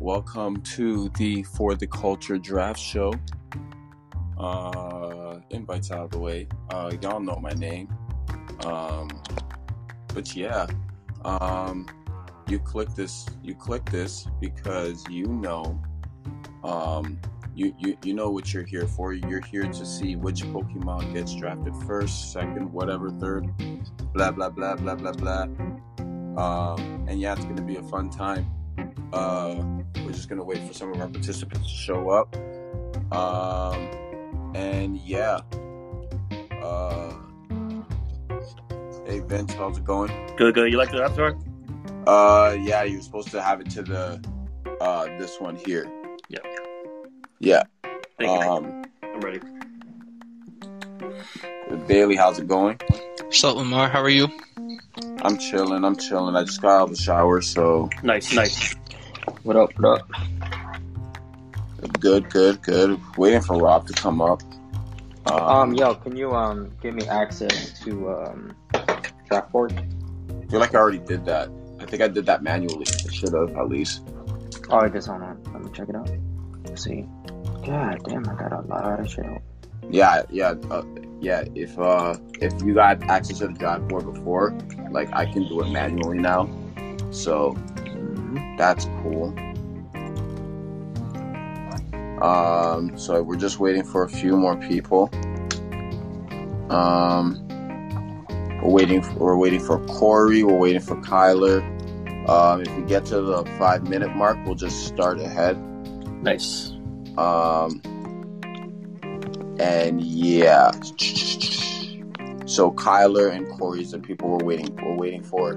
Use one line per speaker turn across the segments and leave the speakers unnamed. Welcome to the For the Culture Draft Show. Uh, invites out of the way. Uh, y'all know my name. Um, but yeah, um, you click this. You click this because you know. Um, you, you, you know what you're here for. You're here to see which Pokemon gets drafted first, second, whatever, third, blah, blah, blah, blah, blah, blah. Um, and yeah, it's going to be a fun time. Uh, we're just going to wait for some of our participants to show up. Um, and yeah. Uh, hey, Vince, how's it going?
Good, good. You like the after?
Uh, yeah, you're supposed to have it to the uh, this one here.
Yeah.
Yeah.
Thank you.
Um,
I'm ready.
Um, Bailey, how's it going?
What's up, Lamar? How are you?
I'm chilling. I'm chilling. I just got out of the shower, so
Nice, nice.
What up? What up?
good, good, good. Waiting for Rob to come up.
Um, yo, can you um give me access to um draft board?
I feel like I already did that. I think I did that manually. I should have at least.
Oh, it is. Hold on. Let me check it out. Let's see. God damn, I got a lot of shit.
Yeah, yeah, uh, yeah. If uh, if you got access to the draft board before, like I can do it manually now, so
Mm-hmm.
that's cool. Um, so we're just waiting for a few more people. Um, we're waiting. For, we're waiting for Corey. We're waiting for Kyler. Um, if we get to the five minute mark, we'll just start ahead.
Nice.
Um, and yeah, so Kyler and Corey's the people we're waiting we're waiting for,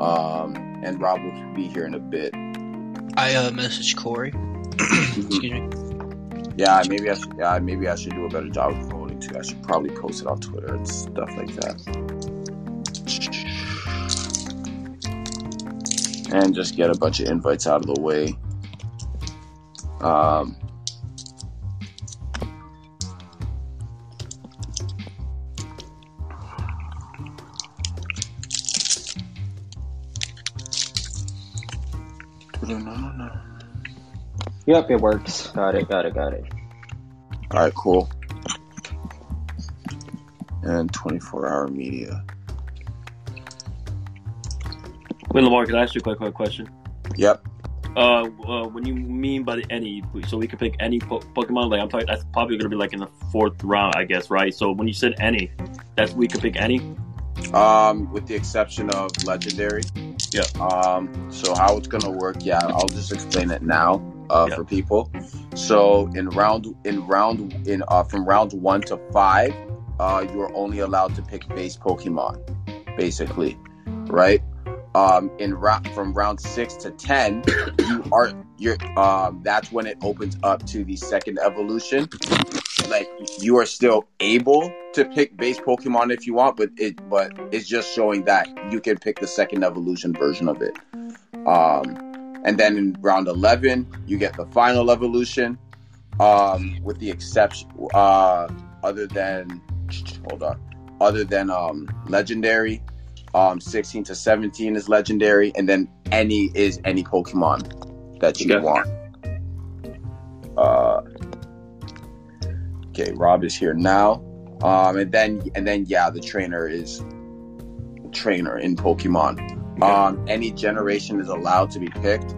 um, and Rob will be here in a bit.
I uh, messaged Corey. Excuse me.
yeah, maybe I should, yeah maybe I should do a better job of promoting too. I should probably post it on Twitter and stuff like that, and just get a bunch of invites out of the way. Um,
Yep, it works. Got it. Got it. Got it.
All right, cool. And 24 hour media.
Wait, Lamar, can I ask you a quick, quick question?
Yep.
Uh, uh, when you mean by the any, so we can pick any po- Pokemon. Like I'm talking, that's probably gonna be like in the fourth round, I guess, right? So when you said any, that's we can pick any.
Um, with the exception of legendary.
Yeah.
Um, so how it's gonna work? Yeah, I'll just explain it now uh,
Yeah.
for people. So in round in round in uh, from round one to five, uh, you are only allowed to pick base Pokemon, basically, right? Um, in round from round six to ten, you are you're um, that's when it opens up to the second evolution. Like you are still able to pick base Pokemon if you want, but it but it's just showing that you can pick the second evolution version of it. Um, and then in round eleven, you get the final evolution, um, with the exception uh, other than hold on, other than um, legendary. Um, 16 to 17 is legendary, and then any is any Pokemon that you
Okay.
want. Uh, okay, Rob is here now. Um, and then and then yeah, the trainer is trainer in Pokemon. Um, any generation is allowed to be picked.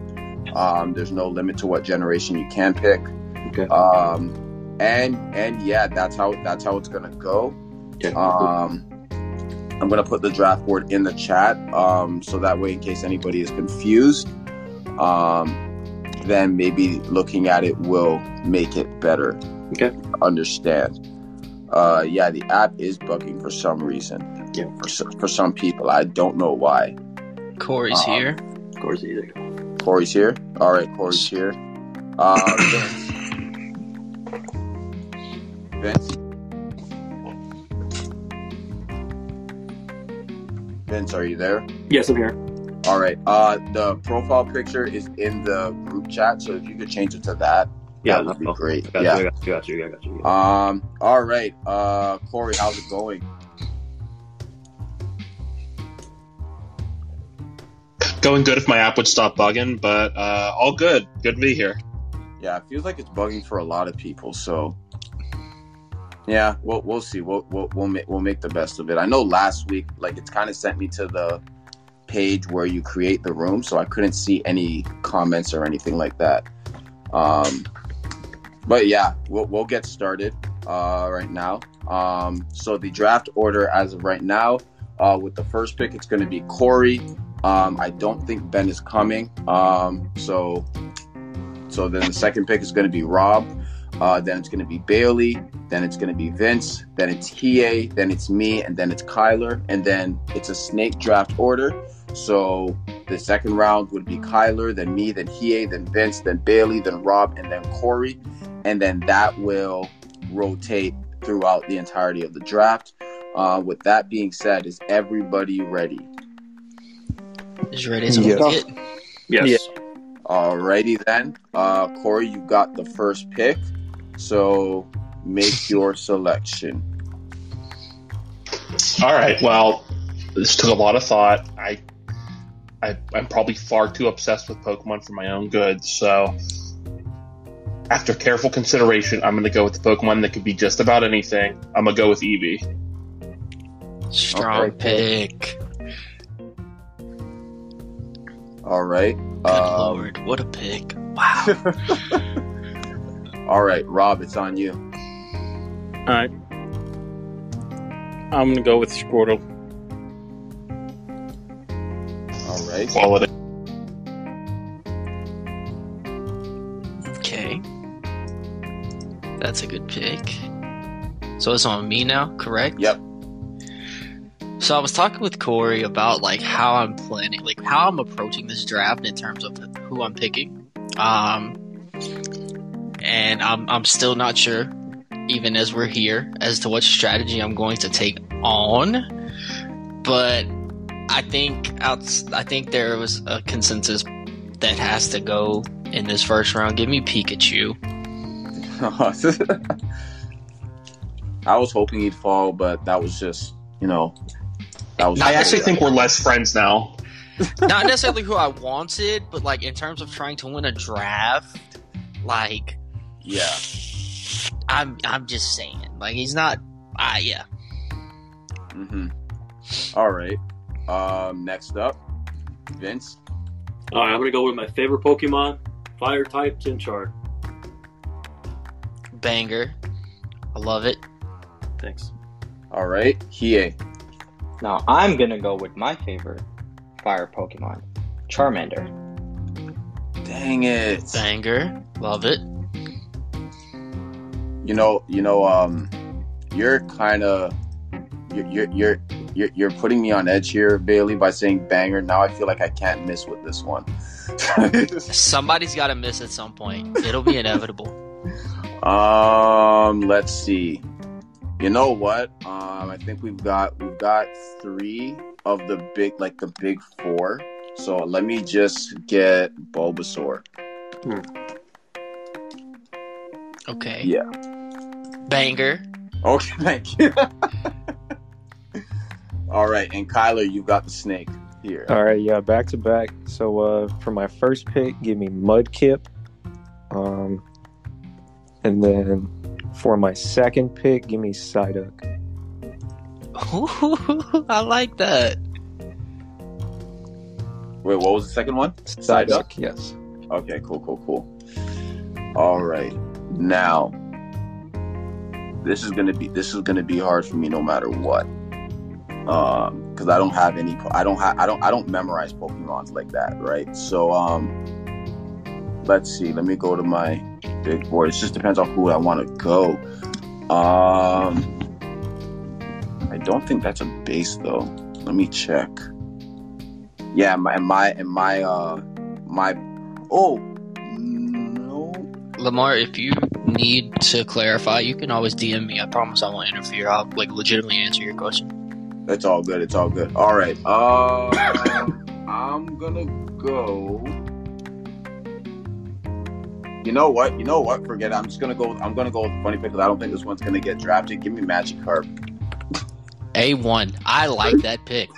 Um, there's no limit to what generation you can pick.
Okay.
Um, and and yeah, that's how that's how it's gonna go.
Okay.
Um, I'm gonna put the draft board in the chat, um, so that way, in case anybody is confused, um, then maybe looking at it will make it better.
Okay.
Understand? Uh, yeah, the app is bugging for some reason.
Yeah.
For, so- for some people, I don't know why.
Corey's
Um,
here.
Of course, either.
Corey's here. All right, Corey's here. Uh, Vince. Vince. Vince, are you there?
Yes, I'm here.
All right. Uh, the profile picture is in the group chat, so if you could change it to that,
Yeah,
that would be
no.
great.
I got
yeah.
you. I got you. I got you. I got you.
Um. All right. Uh, Corey, how's it going?
going good if my app would stop bugging, but uh, all good. Good to be here.
Yeah, it feels like it's bugging for a lot of people. So, yeah, we'll we'll see. We'll we'll we'll, ma- we'll make the best of it. I know last week, like it's kind of sent me to the page where you create the room, so I couldn't see any comments or anything like that. Um, but yeah, we'll we'll get started uh, right now. Um, so the draft order as of right now, uh, with the first pick, it's going to be Corey. Um, I don't think Ben is coming. Um, so, so then the second pick is going to be Rob. Uh, then it's going to be Bailey. Then it's going to be Vince. Then it's Hie. Then it's me, and then it's Kyler. And then it's a snake draft order. So the second round would be Kyler, then me, then Hie, then Vince, then Bailey, then Rob, and then Corey. And then that will rotate throughout the entirety of the draft. Uh, with that being said, is everybody ready?
As ready as I'm gonna
Yeah.
get.
Yes.
Alrighty then. Uh, Corey, you got the first pick. So make your selection.
All right. Well, this took a lot of thought. I, I I'm probably far too obsessed with Pokemon for my own good. So, after careful consideration, I'm going to go with the Pokemon that could be just about anything. I'm going to go with Eevee.
Strong
Okay.
pick.
All right.
Good
Um,
lord, what a pick! Wow.
all right, Rob, it's on you.
All right. I'm gonna go with Squirtle.
All right.
Quality.
Okay. That's a good pick. So it's on me now, correct?
Yep.
So I was talking with Corey about like how I'm planning, like how I'm approaching this draft in terms of who I'm picking. Um, and I'm I'm still not sure, even as we're here, as to what strategy I'm going to take on. But I think outs- I think there was a consensus that has to go in this first round. Give me Pikachu.
I was hoping he'd fall, but that was just, you know, that was.
I actually think we're less friends now.
not necessarily who I wanted, but like in terms of trying to win a draft, like
Yeah.
I'm I'm just saying, like he's not. Ah, yeah.
hmm All right. Um, next up, Vince.
All right, I'm gonna go with my favorite Pokemon, Fire type Chinchar.
Banger. I love it.
Thanks.
All right. Hie.
Now I'm gonna go with my favorite fire Pokemon, Charmander.
Dang it.
Banger. Love it.
You know, you know, um, you're kind of you're you're, you're you're you're putting me on edge here, Bailey, by saying banger. Now I feel like I can't miss with this one.
Somebody's got to miss at some point. It'll be inevitable.
um, let's see. You know what? Um, I think we've got we've got three of the big like the big four. So let me just get Bulbasaur.
Okay.
Yeah.
Banger.
Okay, thank you. All right, and Kyler, you got the snake here.
All right, yeah, back to back. So uh, for my first pick, give me Mudkip. Um, and then for my second pick, give me Psyduck.
I like that.
Wait, what was the second one? Psyduck?
yes.
Okay, cool, cool, cool. All right, now this is gonna be this is gonna be hard for me no matter what, um, because I don't have any po- I don't have I don't I don't memorize Pokemon like that, right? So um, let's see. Let me go to my big board. It just depends on who I want to go. Um, I don't think that's a base though. Let me check. Yeah, my my and my uh my Oh no!
Lamar, if you need to clarify, you can always DM me. I promise I won't interfere. I'll like legitimately answer your question.
It's all good. It's all good. All right. Uh, I'm gonna go. You know what? You know what? Forget it. I'm just gonna go. I'm gonna go with the funny pick because I don't think this one's gonna get drafted. Give me Magikarp.
A1. I like that pick.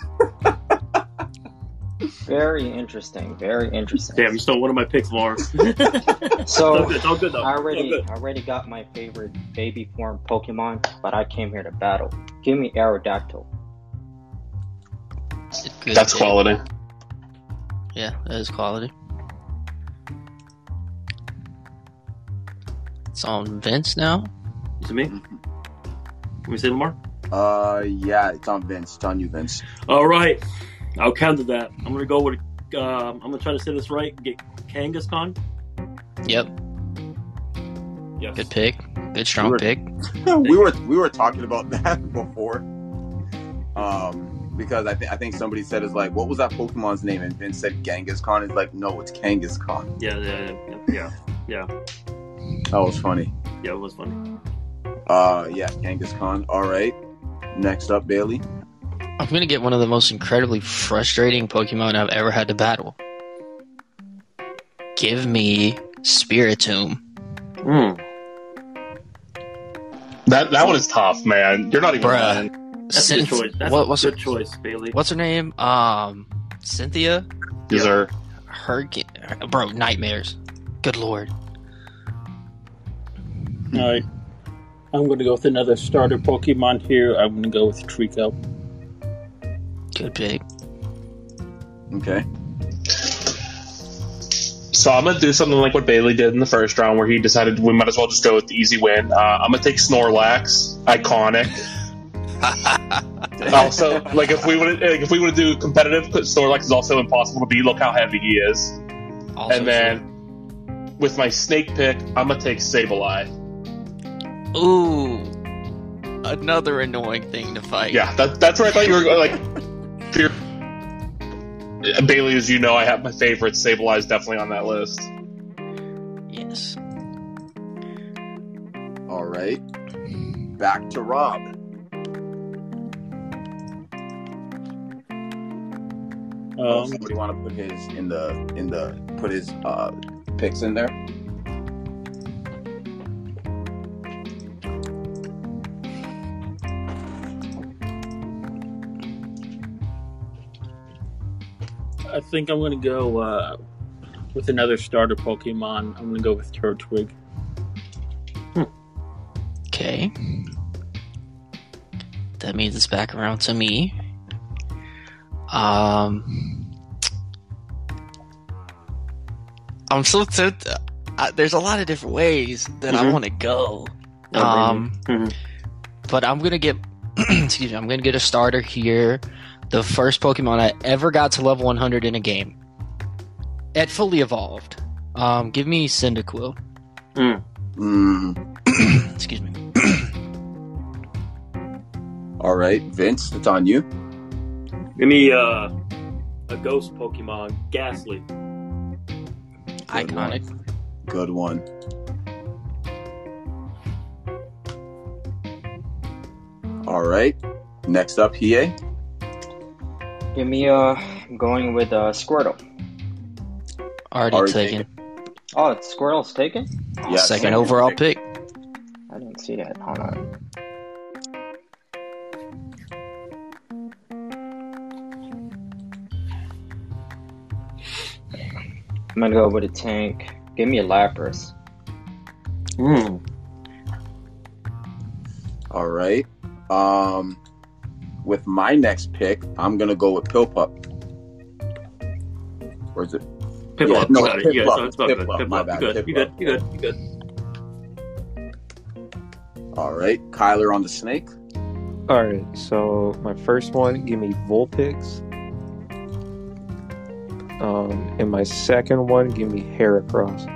Very interesting. Very interesting.
Damn, you stole one of my picks, Lauren.
So
it's all good, though.
I already, I already got my favorite baby form Pokemon, but I came here to battle. Give me Aerodactyl.
Good.
That's quality.
Yeah, that is quality. It's on Vince now.
Is it me? Can we say Lamar?
Uh, yeah, it's on Vince. It's on you, Vince.
All right, I'll counter that. I'm gonna go with. Um, I'm gonna try to say this right. Get Kangaskhan.
Yep,
Yes.
good pick. Good strong
Sure.
pick.
we were we were talking about that before, um, because I think I think somebody said it's like, what was that Pokemon's name? And Vince said Genghis It's like, no, it's Kangaskhan.
Yeah, yeah, yeah, yeah,
That was funny.
yeah. It was funny.
Uh, yeah, Kangaskhan. All right. Next up, Bailey.
I'm gonna get one of the most incredibly frustrating Pokemon I've ever had to battle. Give me Spiritomb.
Hmm.
That that one is tough, man. You're not even.
Bruh.
lying.
That's a good choice. That's
what-
a
what's her,
good choice, Bailey.
what's her name? Um, Cynthia.
These are
Her, ge- bro, nightmares. Good lord.
All right. I'm going to go with another starter Pokemon here. I'm going to go with Trico. Um,
Good pick.
Okay.
so I'm gonna do something like what Bailey did in the first round, where he decided we might as well just go with the easy win. Uh, I'm gonna take Snorlax, iconic. also, like if we would like, if we would do competitive, Snorlax is also impossible to beat. Look how heavy he is.
Also
And then with my snake pick, I'm gonna take Sableye.
true. ooh, another annoying thing to fight.
Yeah, that, that's where I thought you were going. Like, fear. Bailey, as you know, I have my favorite. Sableye's definitely on that list.
Yes.
All right. Back to Rob. Oh,
Um,
somebody want to put his in the in the put his uh picks in there?
I think I'm going to go uh, with another starter Pokemon. I'm going to go with Turtwig.
Okay. That means it's back around to me. Um, I'm so tempted. I, there's a lot of different ways that I
Mhm.
want to go.
Oh,
Um,
Mhm.
but I'm gonna get. excuse me. I'm gonna get a starter here. The first Pokemon I ever got to level 100 in a game. It fully evolved. Um, give me Cyndaquil.
Mm,
excuse me.
all right, Vince, it's on you.
Give me uh, a ghost Pokemon, Ghastly.
Good one.
Iconic.
Good one. All right. Next up, Hiei.
Give me, uh, I'm going with uh, Squirtle.
Already,
Already
taken.
Oh, it's Squirtle's taken?
Yeah,
second, overall pick.
I didn't see that. Hold on. I'm gonna go with a tank. Give me a Lapras.
Hmm.
All right. Um, with my next pick, I'm gonna go with Pillpup. Or is it?
Piplup.
Yeah, no,
you got it. You got
Piplup,
it. It's not good.
Piplup, my bad,
Piplup. You good. You good. You good. You good.
All right. Kyler on the snake.
All right, so my first one, give me Vulpix. Um, and my second one, give me Heracross.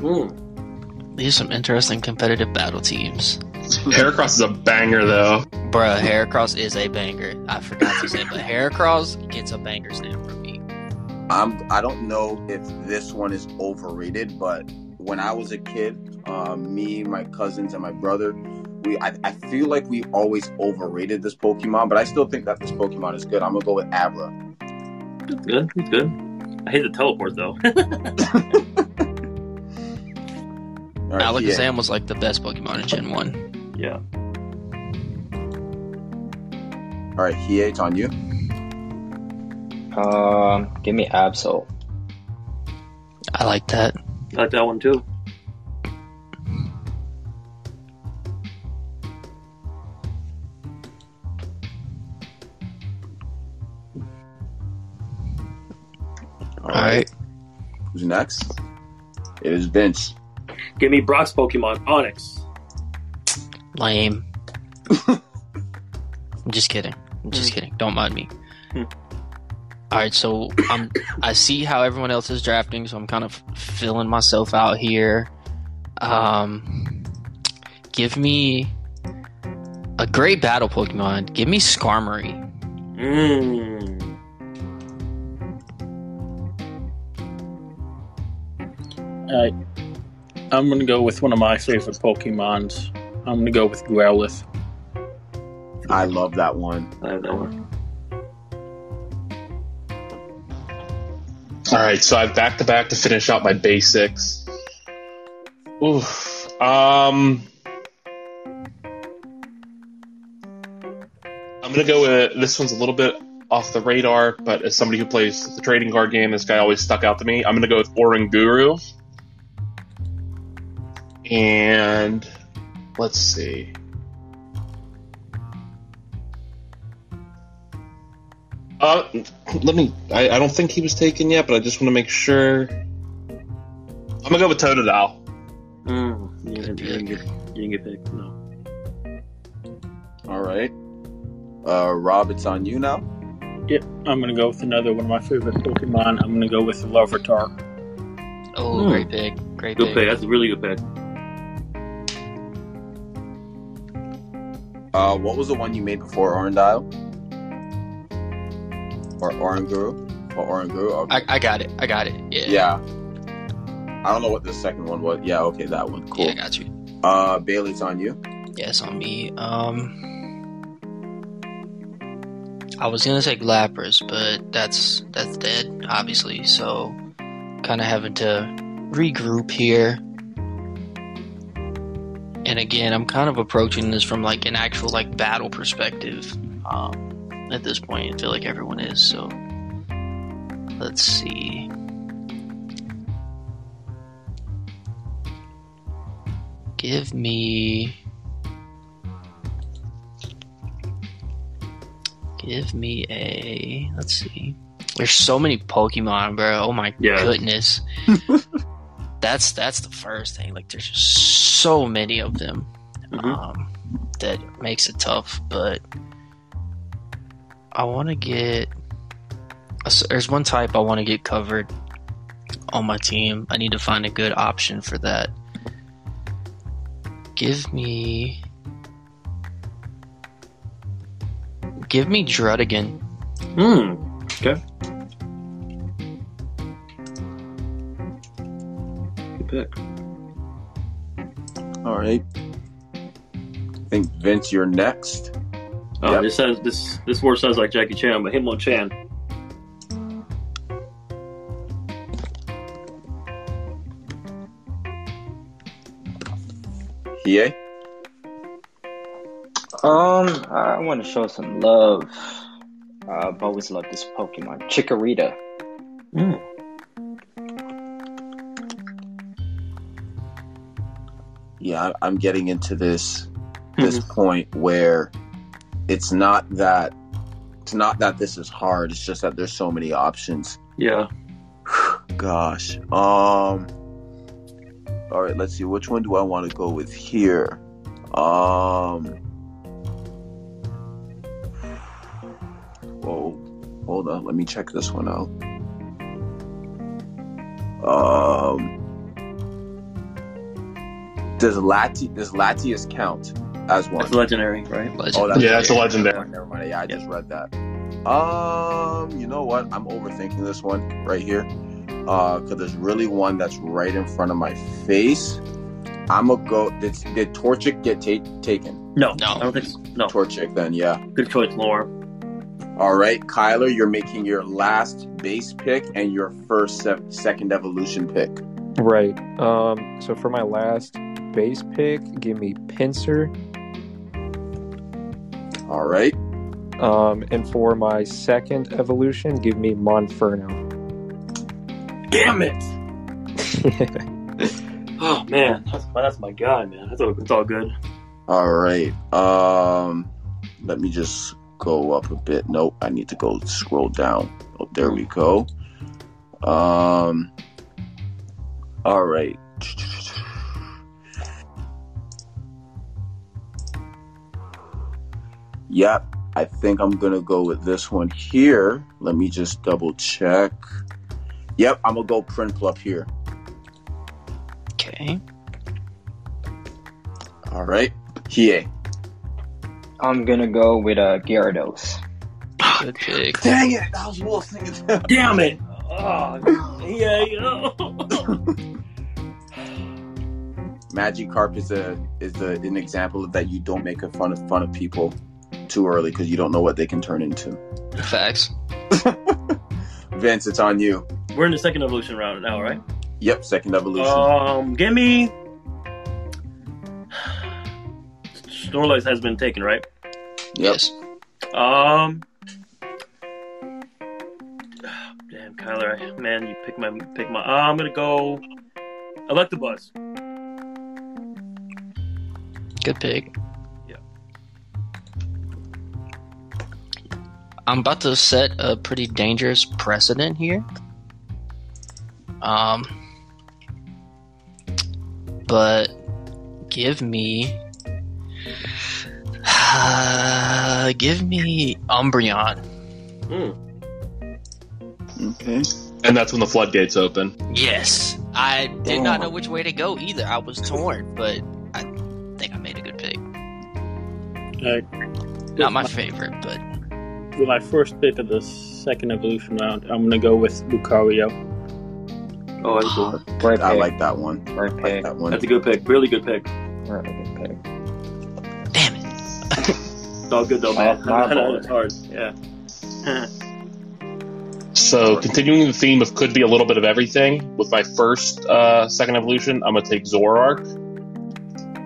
Hmm.
Mm.
These are some interesting competitive battle teams.
Heracross is a banger, though.
Bruh, Heracross is a banger. I forgot to say, but Heracross gets a banger stamp from me.
I'm. I don't know if this one is overrated, but when I was a kid, um, me, my cousins, and my brother, we. I, I feel like we always overrated this Pokemon, but I still think that this Pokemon is good. I'm gonna go with Abra.
It's good. It's good. I hate the teleport though.
All right,
Alakazam
EA.
was like the best Pokemon in Gen 1.
yeah.
All right, Hiei, it's on you.
Um, give me Absol.
I like that.
I like that one too.
All right.
Who's next? It is Vince.
Give me Brock's Pokemon, Onyx.
Lame. I'm just kidding. I'm just kidding. Don't mind me.
Hmm.
All right, so I'm. I see how everyone else is drafting, so I'm kind of filling myself out here. Um, give me a great battle Pokemon. Give me Skarmory.
Mmm.
Alright. I'm gonna go with one of my favorite Pokemons. I'm gonna go with Growlithe.
I love that one.
I like that one.
All right, so I've back to back to finish out my basics. Oof. Um, I'm gonna go with this one's a little bit off the radar, but as somebody who plays the trading card game, this guy always stuck out to me. I'm gonna go with Oranguru, and let's see. Uh, let me. I, I don't think he was taken yet, but I just want to make sure. I'm gonna go with Totodile.
Mm. You, didn't, you, didn't get, you didn't get picked. No.
All right. Uh, Rob, it's on you now.
I'm gonna go with another one of my favorite Pokemon. I'm gonna go with Larvitar.
Oh,
Hmm.
great big, great
Good
big.
pick. That's a really good pick.
Uh, what was the one you made before Orandile? Or Oh, Oranguru? Or Oranguru? Okay.
I, I got it. I got it. Yeah.
yeah. I don't know what the second one was. Yeah, okay, that one. Cool.
Yeah, I got you.
Uh, Bailey's on you.
Yeah, it's on me. Um, I was gonna take Lapras, but that's that's dead, obviously. So, kind of having to regroup here. And again, I'm kind of approaching this from like an actual like battle perspective. Um, at this point, I feel like everyone is. So, let's see. Give me. Give me a. Let's see. There's so many Pokemon, bro. Oh my
Yeah.
goodness. that's that's the first thing. Like there's just so many of them.
Mhm.
Um, that makes it tough, but I want to get. uh, There's one type I want to get covered on my team. I need to find a good option for that. Give me. Give me Drudigan.
Mm. Okay. Good pick.
All right. I think Vince, you're next.
Oh,
Yep.
this says this this word sounds like Jackie Chan, but Hitmon Chan.
Hiei?
Um, I want to show some love. Uh, I've always loved this Pokemon, Chikorita.
yeah I- i'm getting into this this
Mm-hmm.
point where it's not that it's not that this is hard it's just that there's so many options
Yeah.
gosh um all right let's see which one do i want to go with here um whoa hold on let me check this one out um does lati does latius count as one
That's legendary, right?
Legend.
Oh, that's
Yeah, that's a legendary.
Never mind, never mind. Yeah, I just read that. Um, you know what? I'm overthinking this one right here. Uh, cause there's really one that's right in front of my face. I'm gonna go. Did, did Torchic get ta- taken?
No,
No.
I don't think so. no.
Torchic, then yeah.
Good choice, Laura.
All right, Kyler, you're making your last base pick and your first se- second evolution pick.
Right. Um, so for my last base pick, give me Pincer.
All right,
Um, and for my second evolution, give me Monferno.
Damn it! Oh man, that's my, that's my guy, man. That's all, it's all good.
All right. Um, let me just go up a bit. Nope, I need to go scroll down. Oh, there we go. Um, all right. Yep, I think I'm gonna go with this one here. Let me just double check. Yep, I'm gonna go print up here.
Okay.
All right, here.
I'm gonna go with uh, Gyarados.
Good pick.
Dang it! I was wolfing it.
Damn it! Oh, yeah, yo.
Magikarp is a is a, an example of that. You don't make a fun of fun of people too early because you don't know what they can turn into.
Facts.
Vince, it's on you.
We're in the second evolution round now, right?
Yep, second evolution.
Oh,
Um, give me. Snorlax has been taken, right?
yep.
Yes.
Um. Damn, Kyler, I- man, you pick my pick my. Uh, I'm gonna go. Electabuzz.
Good pick.
Yeah.
I'm about to set a pretty dangerous precedent here. Um, but give me, give me Umbreon.
Okay.
And that's when the floodgates open.
Yes, I did
Damn.
not know which way to go either. I was torn, but I think I made a good pick.
Uh,
Not my favorite, but
with my first pick of the second evolution round, I'm gonna go with Lucario.
Oh, that's cool.
Right
I
pick.
like that one.
right
I like
pick.
that one.
That's a good pick. Really good pick.
Right pick.
damn it,
It's all good though, man.
Oh, my
it's hard. Yeah.
So, continuing the theme of could be a little bit of everything, with my first uh, second evolution, I'm going to take Zoroark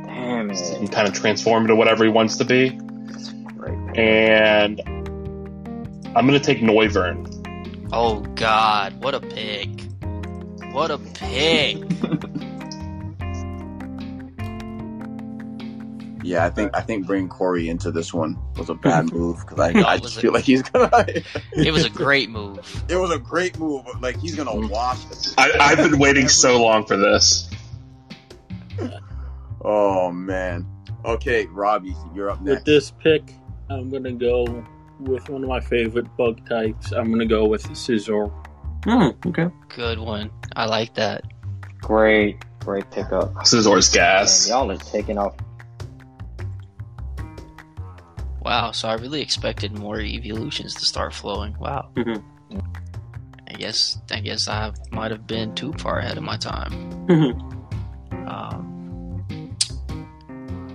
Damn it.
and kind of transform into whatever he wants to be.
Right pick.
And I'm going to take Noivern.
oh god, what a pick! What a pick!
Yeah, I think I think bringing Corey into this one was a bad move because I,
No,
I
it
just
was a-
feel like he's gonna.
It was Mm-hmm. a great move.
It was a great move. but, Like he's gonna wash. it.
I, I've been waiting so long for this.
Oh man. Okay, Robbie, you're up
With
next.
this pick, I'm gonna go with one of my favorite bug types. I'm gonna go with Scizor.
Hmm. Okay.
Good one. I like that.
Great, great pickup.
Scizor's gas.
Man, y'all are taking off.
Wow. So I really expected more evolutions to start flowing. Wow.
Mhm.
I guess I guess I might have been too far ahead of my time.
Mhm.
Um,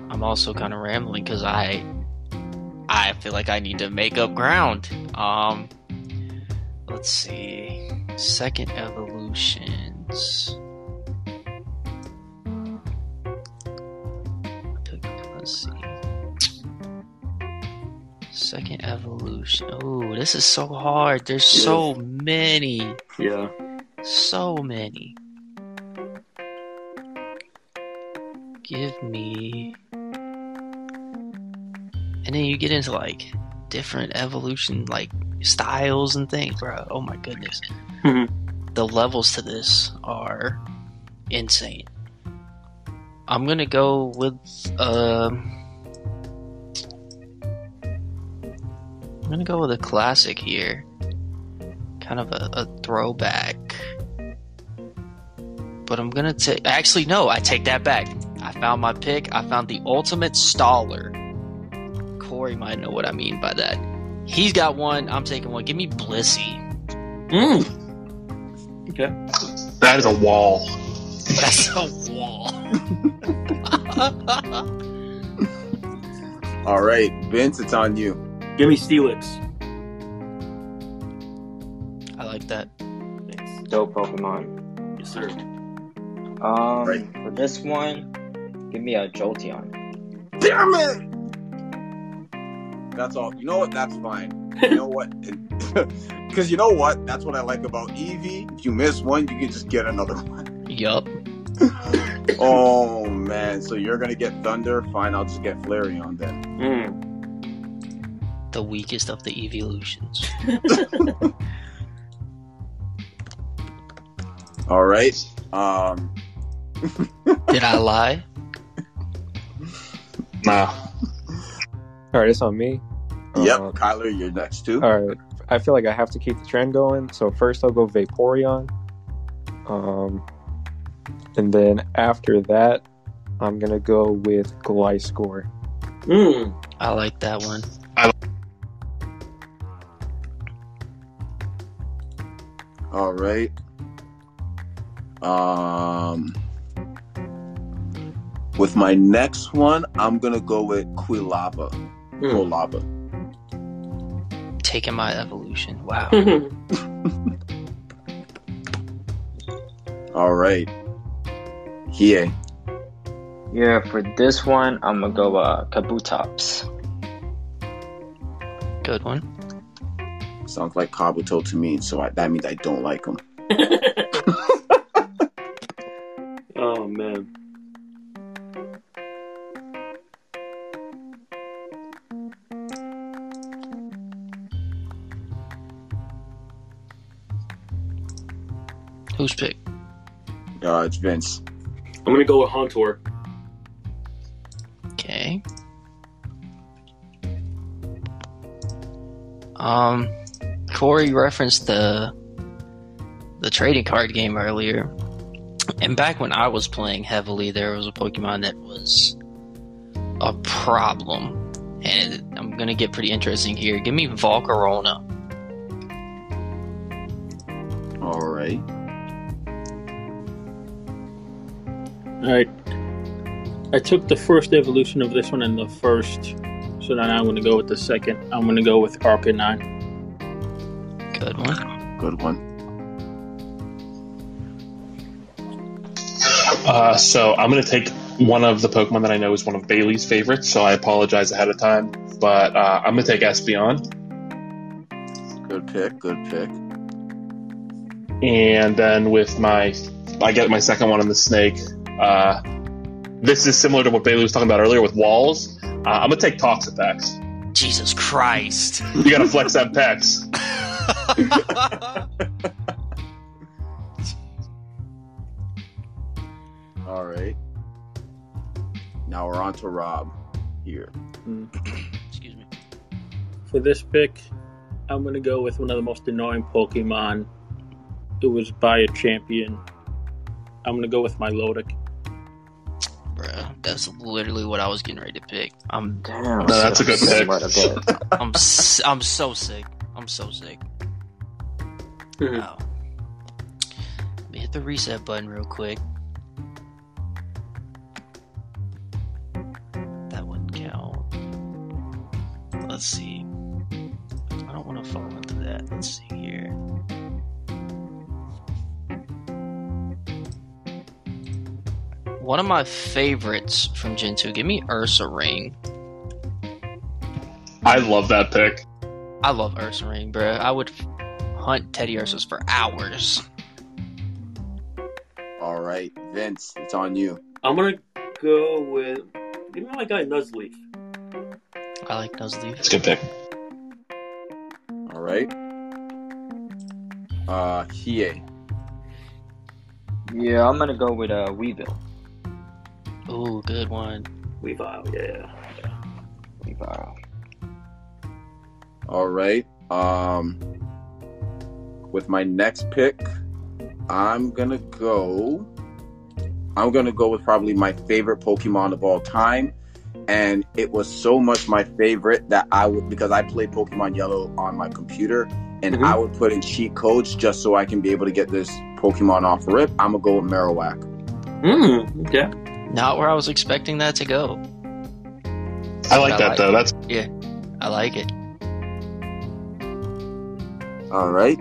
I'm also kind of rambling because I I feel like I need to make up ground. Um, let's see. Second evolutions. Let's see. Second evolution. Oh, this is so hard. There's so many.
yeah.
So many. Give me. And then you get into like different evolution, like styles and things, bro. Oh my goodness.
Mhm.
The levels to this are insane. I'm gonna go with. Um, I'm gonna go with a classic here. Kind of a, a throwback. But I'm gonna take. Actually, no, I take that back. I found my pick. I found the ultimate staller. Corey might know what I mean by that. He's got one. I'm taking one. Give me Blissey.
Mm.
That is a wall.
That's a wall.
All right, Vince, it's on you.
Give me Steelix.
I like that.
Thanks.
Dope Pokemon.
Yes, sir.
Um,
Right.
for this one, give me a Jolteon.
Damn it! That's all. You know what? That's fine. You know what? Because you know what? That's what I like about Eevee. If you miss one, you can just get another one.
Yup.
Oh man! So you're gonna get Thunder? Fine, I'll just get Flareon then.
Mm.
The weakest of the evolutions.
All right. Um,
Did I lie?
Nah.
All right, it's on me.
yep,
Uh,
Kyler, you're next too.
All right. I feel like I have to keep the trend going. So first I'll go Vaporeon. Um, and then after that, I'm going to go with Gliscor.
Mm.
I like that one.
All right. Um, with my next one, I'm gonna go with Quilava. Quilava.
Taking my evolution. Wow.
All right. Hiei.
Yeah, for this one, I'm gonna go uh, Kabutops.
Good one.
Sounds like Kabuto to me, so I, that means I don't like him.
oh man.
Who's pick?
Uh, it's Vince.
I'm gonna go with Hunter.
Okay. Um, Corey referenced the the trading card game earlier, and back when I was playing heavily, there was a Pokemon that was a problem, and I'm gonna get pretty interesting here. Give me Volcarona.
All right.
All right. I took the first evolution of this one and the first, so then I'm going to go with the second. I'm going to go with Arcanine.
Good one.
Good one.
Uh, so I'm going to take one of the Pokemon that I know is one of Bailey's favorites. So I apologize ahead of time, but uh, I'm going to take Espeon,
Good pick. Good pick.
and then with my, I get my second one on the Snake. Uh, this is similar to what Bailey was talking about earlier with walls. Uh, I'm going to take Toxapex.
Jesus Christ.
You got to flex that pecs.
All right. Now we're on to Rob here.
Excuse me.
For this pick, I'm going to go with one of the most annoying Pokemon. It was by a champion. I'm going to go with Milotic.
Bruh, that's literally what I was getting ready to pick. I'm
Damn,
No, that's a good pick.
Smart of it.
I'm s- I'm so sick. I'm so sick.
Mm-hmm.
Mhm.
Wow. Let me hit the reset button real quick. That wouldn't count. Let's see. I don't want to fall into that. Let's see here. One of my favorites from Gen 2. Give me Ursa Ring.
I love that pick.
I love Ursa Ring, bro. I would hunt Teddy Ursas for hours.
All right, Vince, it's on you.
I'm gonna go with give me my guy Nuzleaf.
I like Nuzleaf.
It's a good pick.
All right. Uh, Hiei.
Yeah, I'm gonna go with uh, Weevil.
Ooh, good one.
Weavile, yeah.
Weevil.
All right. Um, with my next pick, I'm gonna go. I'm gonna go with probably my favorite Pokemon of all time, and it was so much my favorite that I would because I played Pokemon Yellow on my computer, and
Mhm.
I would put in cheat codes just so I can be able to get this Pokemon off rip. I'm gonna go with Marowak.
Mm, okay.
Not where I was expecting that to go.
I like
I
that
like
though. That's
I like it.
All right.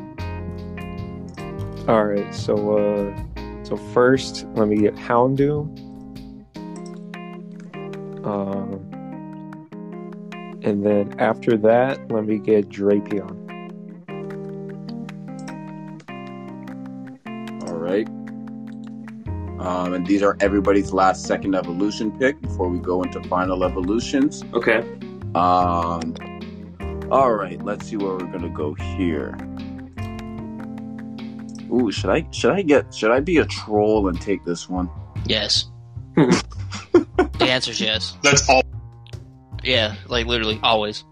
All right. So uh, so first, let me get Houndoom. Um, And then after that, let me get Drapion.
All right. Um, and these are everybody's last second evolution pick before we go into final evolutions.
Okay.
Um, all right, let's see where we're gonna go here. Ooh, should I should I get should I be a troll and take this one?
Yes. the answer's yes.
That's all.
Yeah, like literally always.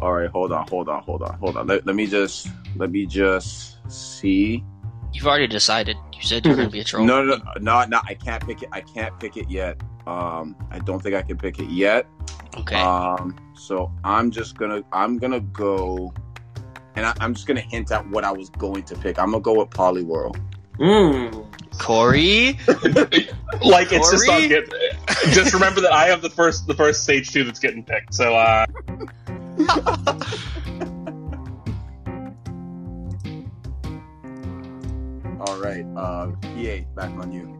All right, hold on, hold on, hold on, hold on. Let, let me just let me just see.
You've already decided. You said
Mm-hmm.
you're gonna be a troll.
No, no, no, no, no, I can't pick it. I can't pick it yet. Um, I don't think I can pick it yet.
Okay.
Uh,
Um, so I'm just gonna I'm gonna go, and I, I'm just gonna hint at what I was going to pick. I'm gonna go with Poliwhirl.
Mm.
Corey.
Like it's just not
Corey?
getting. Just remember that I have the first the first stage two that's getting picked. So uh,
All right, uh, EA, back on you.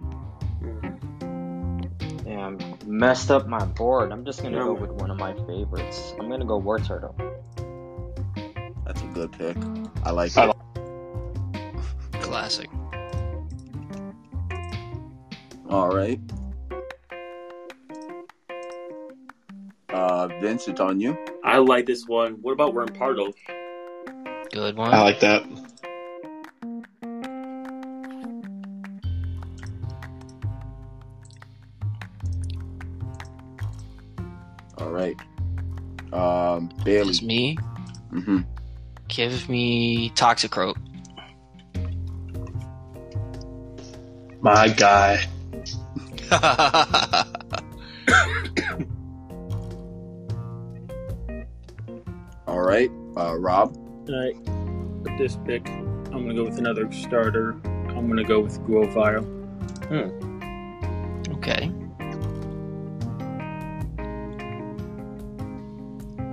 Damn, messed up my board. I'm just gonna
No.
go with one of my favorites. I'm gonna go War Turtle.
That's a good pick. I like
I
it.
Classic.
All right. Uh, Vince, it's on you.
I like this one. What about Worm Pardo?
Good one.
I like that.
All right. Um, Bailey.
it's me.
hmm
Give me Toxicroak.
My guy.
All right. Uh, Rob.
Alright. With this pick, I'm gonna go with another starter. I'm gonna go with Grovile.
okay.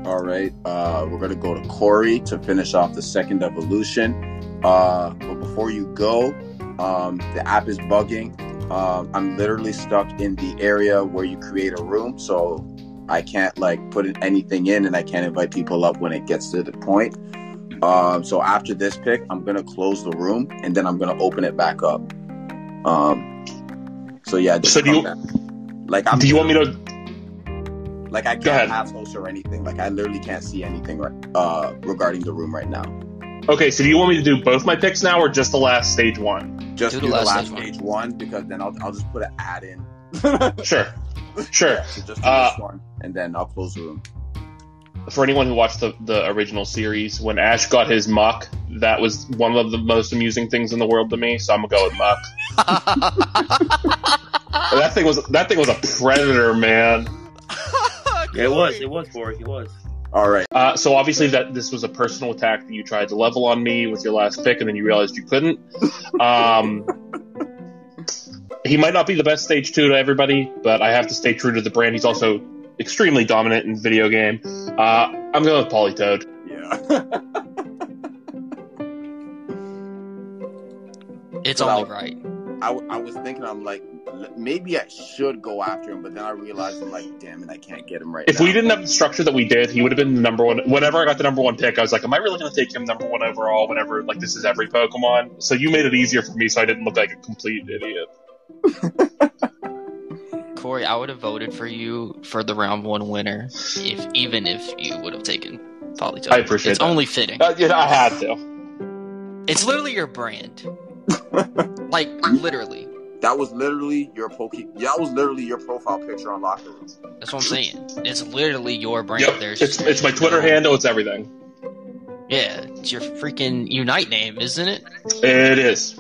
All right. Uh, we're gonna go to Corey to finish off the second evolution. Uh, but before you go, um, the app is bugging. Um, I'm literally stuck in the area where you create a room, so I can't like put anything in, and I can't invite people up when it gets to the point. Um, so after this pick, I'm gonna close the room, and then I'm gonna open it back up. Um, so yeah. Just
So do
come
you-
back. like? I'm
Do you want me to?
like I
Go ahead.
can't have host or anything. Like I literally can't see anything right, uh, regarding the room right now.
Okay, so do you want me to do both my picks now, or just the last stage one?
Just
Do
do,
the
the
last
last
stage one.
stage one. because then I'll, I'll just put an ad in.
Sure, sure.
Yeah, so just do
Uh,
this one, and then I'll close the room.
for anyone who watched the, the original series, when Ash got his muck, that was one of the most amusing things in the world to me. So I'm gonna go with muck. that thing was that thing was a predator, man.
Yeah, it was. It was Corey. It was.
All right.
Uh, so obviously that this was a personal attack that you tried to level on me with your last pick, and then you realized you couldn't. Um, he might not be the best stage two to everybody, but I have to stay true to the brand. He's also extremely dominant in video game. Uh, I'm going with Polytoad.
Yeah.
It's
Well,
only right.
I, w- I was thinking I'm like l- maybe I should go after him, but then I realized I'm like, damn it, I can't get him right
If
now.
we didn't have the structure that we did, he would have been the number one. Whenever I got the number one pick, I was like, "Am I really going to take him number one overall?" Whenever like this is every Pokemon, so you made it easier for me, so I didn't look like a complete idiot.
Corey, I would have voted for you for the round one winner if even if you would have taken Politoed.
I appreciate
It's
that.
only fitting.
Uh, yeah, I had to.
It's literally your brand. like literally.
that was literally your poke. That was literally your profile picture on locker room.
That's what I'm saying. It's literally your brand.
Yep,
There's
it's it's my Twitter handle. It's everything.
Yeah, it's your freaking Unite name, isn't it?
It is.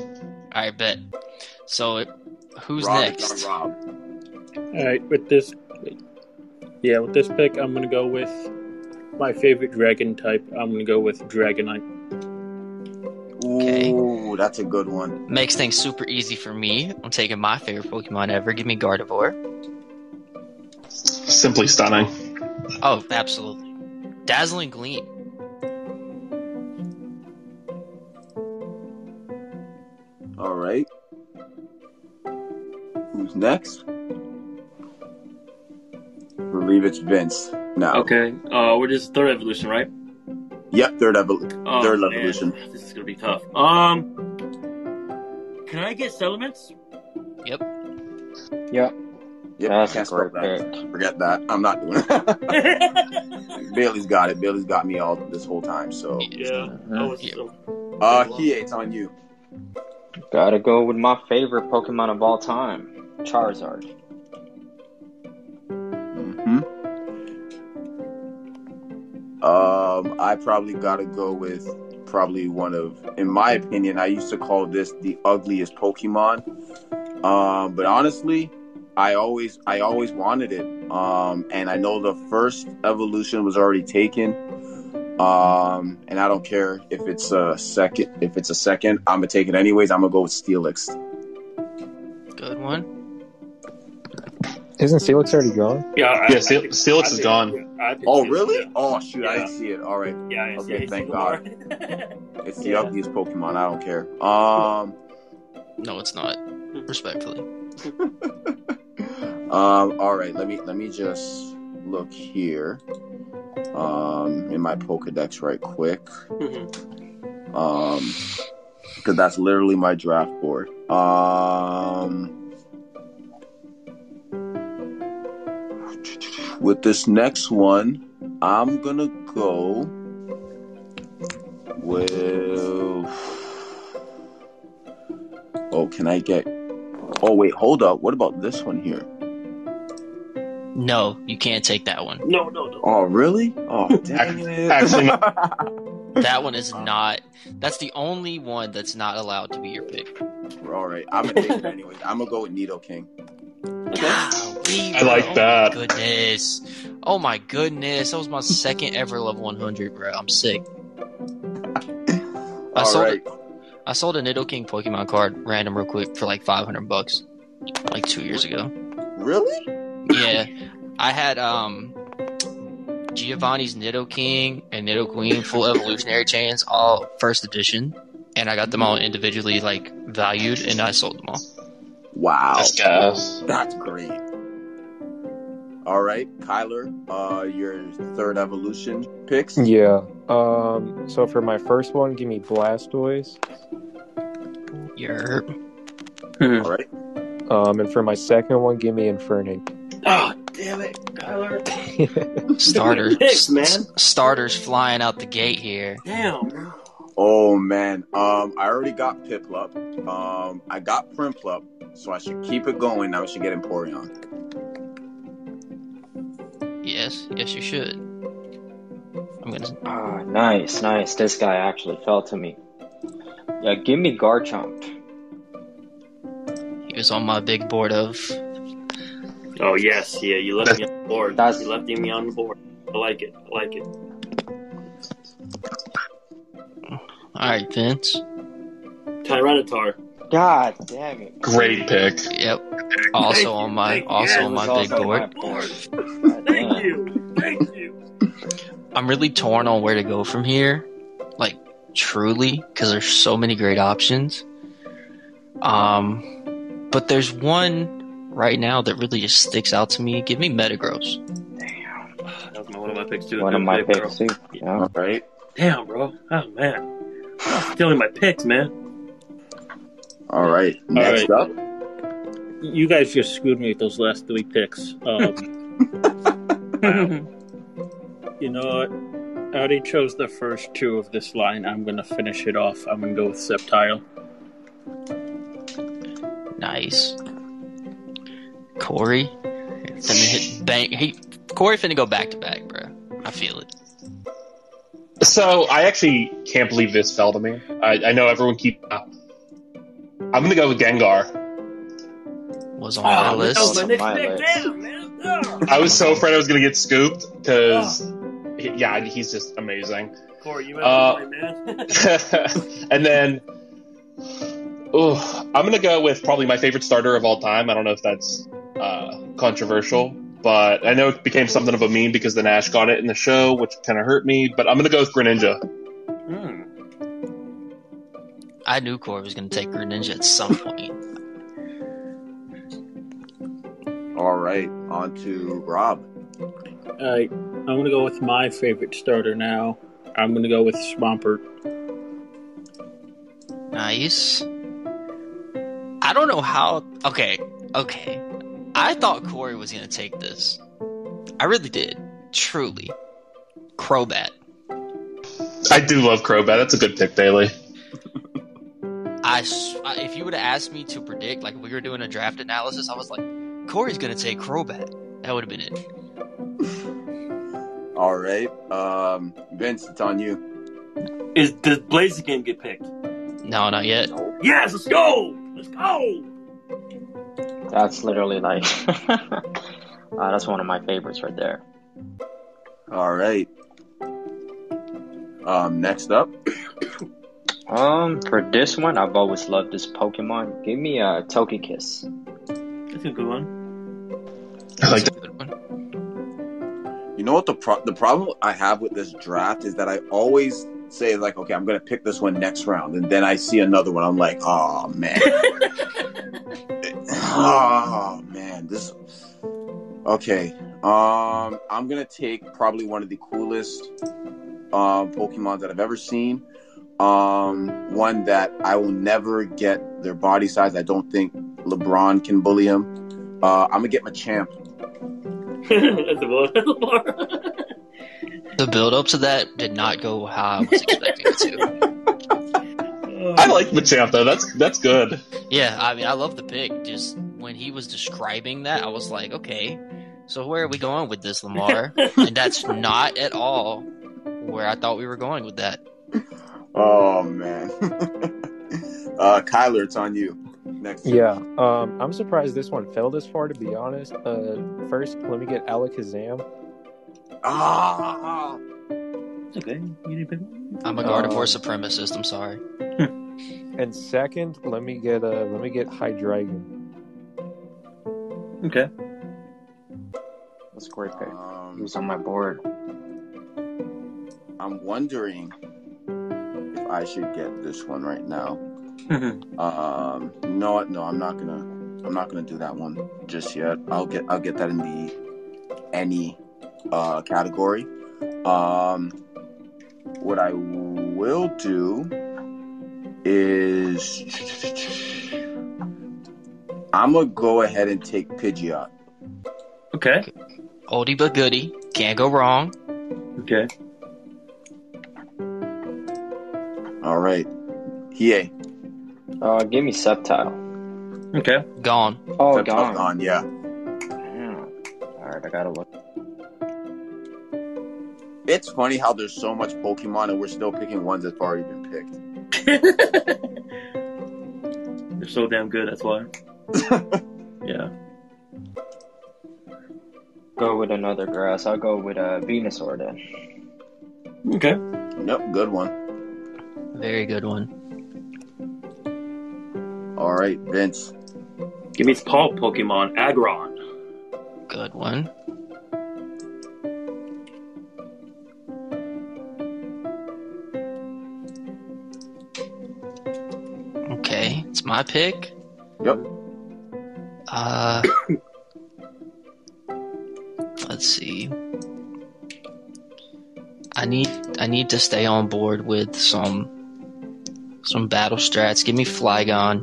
I bet. So, it- who's
Rob, it's
next?
on Rob.
Alright, with this Yeah, with this pick I'm gonna go with my favorite dragon type. I'm gonna go with Dragonite.
Okay.
Ooh, that's a good one.
Makes things super easy for me. I'm taking my favorite Pokemon ever. Give me Gardevoir.
Simply stunning.
Oh, absolutely. Dazzling Gleam.
All right. Who's next? I believe it's Vince. No.
Okay. Uh, we're just third evolution, right?
Yep, third evolution.
Oh,
Third
man.
evolution.
This is gonna be tough. Um, can I get settlements?
Yep.
Yep,
That's
can't spell
great
that.
pick.
Forget that. I'm not doing it. Bailey's got it. Bailey's got me all this whole time. So,
yeah.
Mm-hmm.
I was,
uh, he it's on you.
Gotta go with my favorite Pokemon of all time, Charizard.
hmm Um, I probably gotta go with probably one of, in my opinion, I used to call this the ugliest Pokemon. Um, but honestly, I always, I always wanted it. Um, and I know the first evolution was already taken. Um, and I don't care if it's a second. If it's a second, I'm gonna take it anyways. I'm gonna go with Steelix.
Good one.
Isn't Steelix already gone?
Yeah, I-
Yeah,
I
Steel-
think-
Steelix
I
is
think-
gone.
yeah, I think
Oh,
Steelix-
really?
yeah.
Oh, shoot, I
Yeah.
didn't see it. All right.
Yeah. I
Okay,
see- I
thank
see
God.
Lamar.
It's the
Yeah.
ugliest Pokemon. I don't care. Um,
No, it's not. Respectfully.
um, all right. Let me let me just look here, um, in my Pokedex right quick,
Mhm.
um, because that's literally my draft board. Um, with this next one, I'm gonna go with. Oh, can I get? Oh wait, hold up. What about this one here?
No, you can't take that one.
No, no, no.
Oh, really? Oh, dang it.
actually-
That one is not. That's the only one that's not allowed to be your pick.
All right, I'm gonna take it anyways. I'm gonna go with Nido King.
Golly,
I like
bro.
that.
Oh Goodness. Oh my goodness. That was my second ever level 100, bro. I'm sick. I
All
sold
right,
I sold a Nidoking Pokemon card random real quick for like 500 bucks like 2 years ago.
really?
Yeah. I had um Giovanni's Nidoking and Nidoqueen full evolutionary chains all first edition and I got them all individually like valued and I sold them all.
Wow,
This guy.
that's great. All right, Kyler, uh, your third evolution picks.
Yeah. Um, so for my first one, give me Blastoise.
Your
All right,
Um, and for my second one, give me Infernape.
Oh, damn it, Kyler.
starter
Picks, man.
starters flying out the gate here.
Damn. bro.
Oh man, um, I already got Piplup. Um, I got Primplup, so I should keep it going. Now I should get Emporion.
Yes, yes you should. I'm going to
Ah, nice, nice. This guy actually fell to me. Yeah, give me Garchomp.
He was on my big board of.
Oh yes, yeah. You left me on the board.
That's-
You left me on the board. I like it. I like it.
All right, Vince.
Tyranitar.
God damn it.
Great pick.
Yep. Also on my
Thank you.
also
Yes,
on my
it's
big
also
board.
my board.
Thank
God damn.
you. Thank you.
I'm really torn on where to go from here, like truly, because there's so many great options. Um, but there's one right now that really just sticks out to me. Give me Metagross.
That was my, one of my picks too.
One of
Good
my
pick, bro.
picks too. Yeah.
All right,
Damn, bro. Oh man. I'm Stealing my picks, man.
all right. Next up,
You guys just screwed me with those last three picks. Um, you know what? I already chose the first two of this line. I'm going to finish it off. I'm going to go with Septile.
Nice. Corey. Finna hit bang. He Corey finna go back to back, bro. I feel it.
So I actually can't believe this fell to me. I, I know everyone keep. I'm gonna go with Gengar.
Was on my
Oh,
list.
that was my
on
next
my
pick.
list.
Damn, man. Oh.
I was so afraid I was gonna get scooped because, yeah, he's just amazing.
Corey, you
Uh,
might be right, man.
and then, oh, I'm gonna go with probably my favorite starter of all time. I don't know if that's uh, controversial, but I know it became something of a meme because the Nash got it in the show, which kind of hurt me. But I'm gonna go with Greninja.
Mm.
I knew Corey was gonna take Greninja at some point.
all right, on to Rob.
All right. I'm gonna go with my favorite starter now. I'm gonna go with Swampert.
Nice. I don't know how. Okay, okay. I thought Corey was gonna take this. I really did. Truly. Crobat.
I do love Crobat. That's a good pick, Bailey.
I, s- I- if you would have asked me to predict, like if we were doing a draft analysis, I was like, Corey's gonna take Crobat. That would have been it.
All right, um, Vince, it's on you.
Is does Blaziken get picked?
No, not yet.
Yes, let's go. Let's go.
That's literally like, uh, that's one of my favorites right there.
All right. Um, next up,
Um, for this one, I've always loved this Pokemon. Give me a Togekiss.
That's a good one.
I like
That's a good one.
you know what the pro- the problem I have with this draft is that I always say like, okay, I'm gonna pick this one next round, and then I see another one, I'm like, oh man, oh man, this. Okay, um, I'm gonna take probably one of the coolest um, Pokemon that I've ever seen. Um, one that I will never get their body size. I don't think LeBron can bully him. Uh, I'm gonna get my champ.
that's a bar. That's a bar.
The build up to that did not go how I was expecting it to.
I like Machamp though. That's that's good.
Yeah, I mean, I love the pick. Just when he was describing that, I was like, okay, so where are we going with this, Lamar? and that's not at all where I thought we were going with that.
Oh man. uh, Kyler, it's on you. Next.
Yeah, um, I'm surprised this one fell this far. To be honest, uh, first let me get Alakazam.
Ah.
It's okay. You didn't pick one.
I'm a Gardevoir supremacist. I'm sorry.
And second, let me get uh let me get Hydreigon.
Okay.
That's a great pick. He
Um,
was on my board.
I'm wondering if I should get this one right now. Um, no, no, I'm not gonna. I'm not gonna do that one just yet. I'll get. I'll get that in the any uh, category. Um, what I will do is I'm gonna go ahead and take Pidgeot.
Okay.
Oldie but goodie. Can't go wrong.
Okay.
All right, Hiei.
Uh, give me Sceptile.
Okay.
Gone.
Oh,
That's
gone.
gone. Yeah.
Alright, I gotta look.
It's funny how there's so much Pokemon and we're still picking ones that's already been picked.
They're so damn good. That's why. yeah.
Go with another grass. I'll go with a Venusaur then.
Okay.
Yep, good one.
Very good one.
All right, Vince.
Give me his paw Pokemon, Aggron.
Good one. Okay, it's my pick.
Yep.
Uh, let's see. I need I need to stay on board with some some battle strats. Give me
Uh,
Flygon.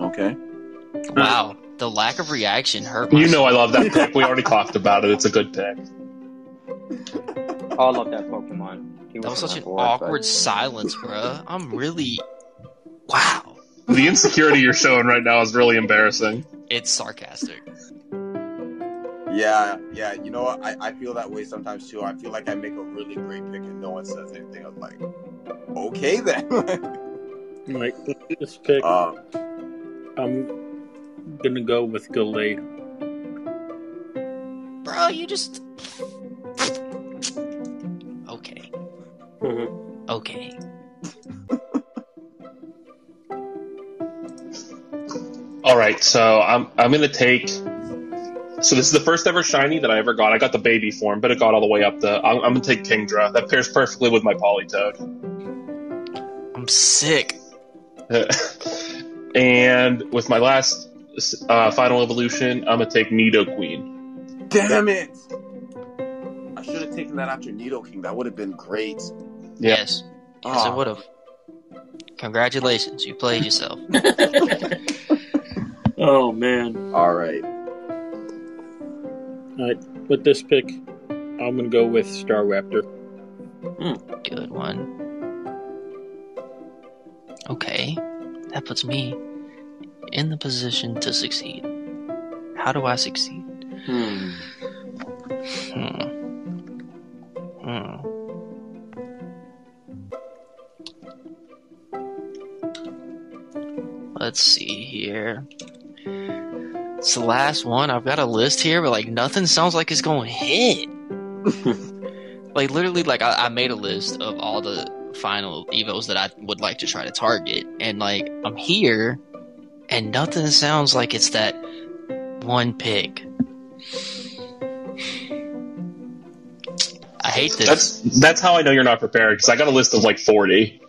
Okay.
Wow, the lack of reaction hurt. My
You know I love that pick. We already talked about it. It's a good pick.
I love that Pokemon. He
that was
on my
such an
board, but-
awkward silence, bruh. I'm really wow.
The insecurity you're showing right now is really embarrassing.
It's sarcastic.
Yeah, yeah. You know what? I, I feel that way sometimes too. I feel like I make a really great pick and no one says anything. I'm like, okay then.
Like this pick,
uh,
I'm gonna go with Gallade.
Bro, you just Okay. Okay.
All right, so I'm I'm gonna take. So this is the first ever shiny that I ever got. I got the baby form, but it got all the way up the. I'm, I'm gonna take Kingdra. That pairs perfectly with my Politoed.
I'm sick.
and with my last uh, final evolution, I'm gonna take Nido Queen.
Damn it! I should have taken that after Needle King. That would have been great.
Yeah.
Yes. Yes,
Ah.
it would have. Congratulations, you played yourself.
Oh man,
All right.
With this pick, I'm gonna go with Star Raptor.
Good one. Okay, that puts me in the position to succeed. How do I succeed?
hmm.
Hmm. Hmm. Let's see here. It's the last one. I've got a list here, but like nothing sounds like it's going to hit. like literally, like I, I made a list of all the final evos that I would like to try to target, and like I'm here, and nothing sounds like it's that one pick. I hate this.
That's that's how I know you're not prepared because I got a list of like 40.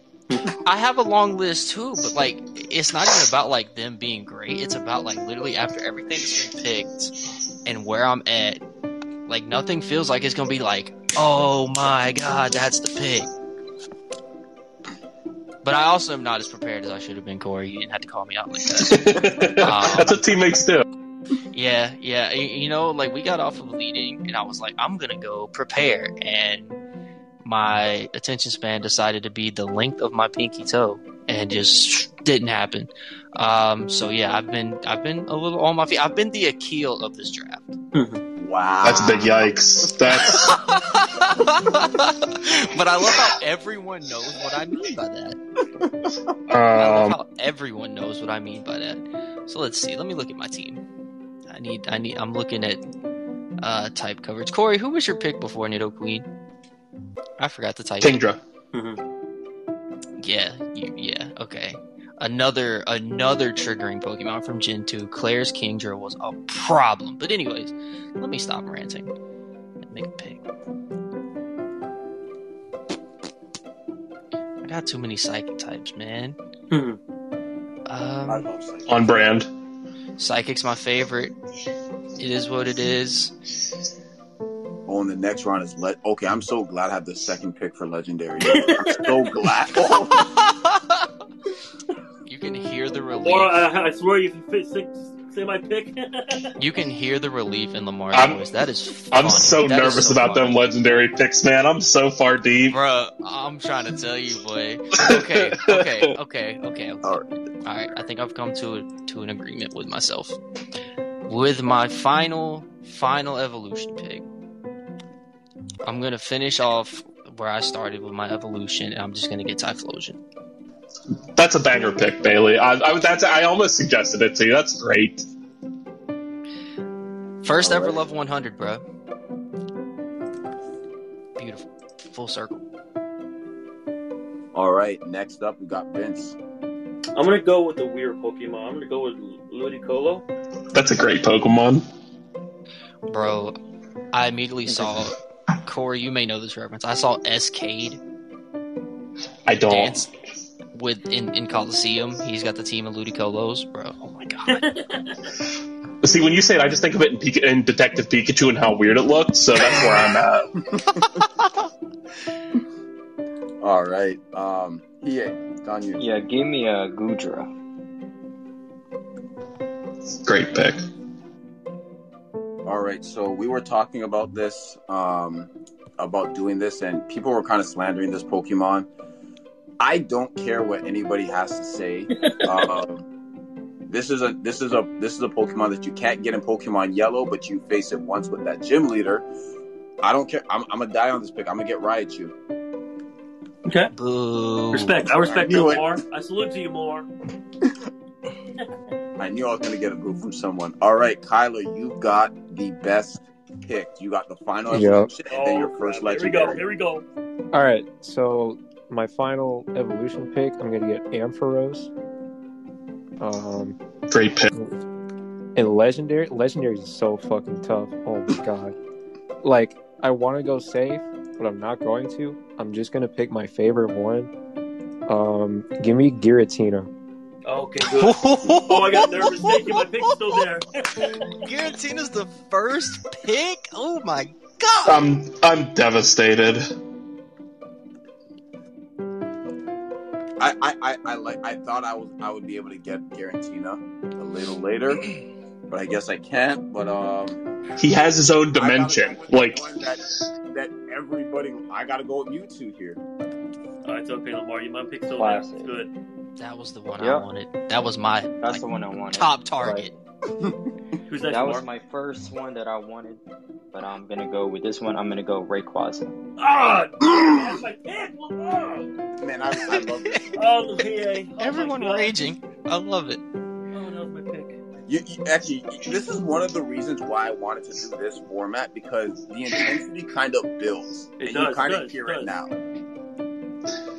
I have a long list too, but like it's not even about like them being great. It's about like literally after everything that's been picked and where I'm at, like nothing feels like it's gonna be like, oh my god, that's the pick. But I also am not as prepared as I should have been, Corey. You didn't have to call me out like that. Ah.
that's what teammates do.
Yeah, yeah. y- You know, like we got off of leading, and I was like, I'm gonna go prepare, and my attention span decided to be the length of my pinky toe, and just didn't happen. Um, so yeah, I've been I've been a little on my feet. I've been the Akil of this draft.
Wow.
That's big yikes. That's
but I love how everyone knows what I mean by that. I
um,
love how everyone knows what I mean by that. So let's see. Let me look at my team. I need. I need. I'm looking at uh, type coverage. Corey, who was your pick before Nido Queen? I forgot to type.
Kingdra.
Yeah. You, yeah. Okay. Another another triggering Pokemon from Gen two. Claire's Kingdra was a problem. But anyways, let me stop ranting and make a pick. I got too many psychic types, man.
Hmm.
Um,
I love Psychic.
on brand.
Psychic's my favorite. It is what it is.
Oh, and the next round is let. Okay, I'm so glad I have the second pick for legendary. I'm so glad. Oh,
you can hear the relief.
Or I, I swear, if you fit six, say my pick.
You can hear the relief in Lamar's
uh, I'm-
voice. That is.
I'm
funny.
so
That is
nervous
so
about
funny.
them legendary picks, man. I'm so far deep.
Bruh, I'm trying to tell you, boy. Okay, okay, okay, okay. okay.
All
All right. I think I've come to to an agreement with myself. With my final final evolution pick, I'm gonna finish off where I started with my evolution, and I'm just gonna get Typhlosion.
That's a banger pick, Bailey. I, I, that's, I almost suggested it to you. That's great.
First
All
ever
right.
level 100, bro. Beautiful. Full circle.
All right, next up we got Vince.
I'm gonna go with the weird Pokemon. I'm gonna go with Ludicolo.
That's a great Pokemon.
Bro, I immediately saw. Corey, you may know this reference. I saw Escade
I don't.
dance with in, in Coliseum. He's got the team of Ludicolos, bro. Oh my god.
See, when you say it, I just think of it in, Pika- in Detective Pikachu and how weird it looked. So that's where I'm at.
All right, um, EA, it's on you.
Yeah, give me a Gudra.
Great pick.
All right, so we were talking about this, um, about doing this, and people were kind of slandering this Pokemon. I don't care what anybody has to say. um, this is a this is a this is a Pokemon that you can't get in Pokemon Yellow, but you face it once with that gym leader. I don't care. I'm, I'm gonna die on this pick. I'm gonna get Raichu.
Okay.
Boo.
Respect. I respect you
Knew it.
more. I salute you more.
I knew I was going to get a boo from someone. All right, Kyler, you got the best pick. You got the final
Yep.
evolution and then your first
crap. Oh, Here we go.
legendary.
Here we go.
All right, so my final evolution pick, I'm gonna get Ampharos. Um,
Great pick.
and legendary, legendary is so fucking tough. Oh my god! Like I want to go safe, but I'm not going to. I'm just gonna pick my favorite one. Um, give me Giratina.
Okay, good. Oh, I got nervous thinking my pick's still there.
Garantina's the first pick. Oh my god!
I'm Um, I'm devastated.
I, I, I, I like I thought I was I would be able to get Garantina a little later, but I guess I can't. But um,
He has his own
I gotta go
dimension.
with the
Like
one that, that everybody. I gotta go with Mewtwo here.
Oh, it's okay, Lamar. You my pick's still there.
Classic.
It's good.
That was the one
Yeah.
I wanted. That was my
That's
like,
the one I wanted.
top target.
Who's next,
That was
Lamar?
my first one that I wanted, but I'm gonna go with this one. I'm gonna go Rayquaza.
Ah, Oh, that's my pick, Lamar.
Man, I, I love this.
Oh, the VA. Oh,
Everyone
my God.
raging. I love it.
Oh, that was my pick.
You, you, actually, this is one of the reasons why I wanted to do this format because the intensity kind of builds. and
It
you
does,
kind of
does,
hear it
does.
now.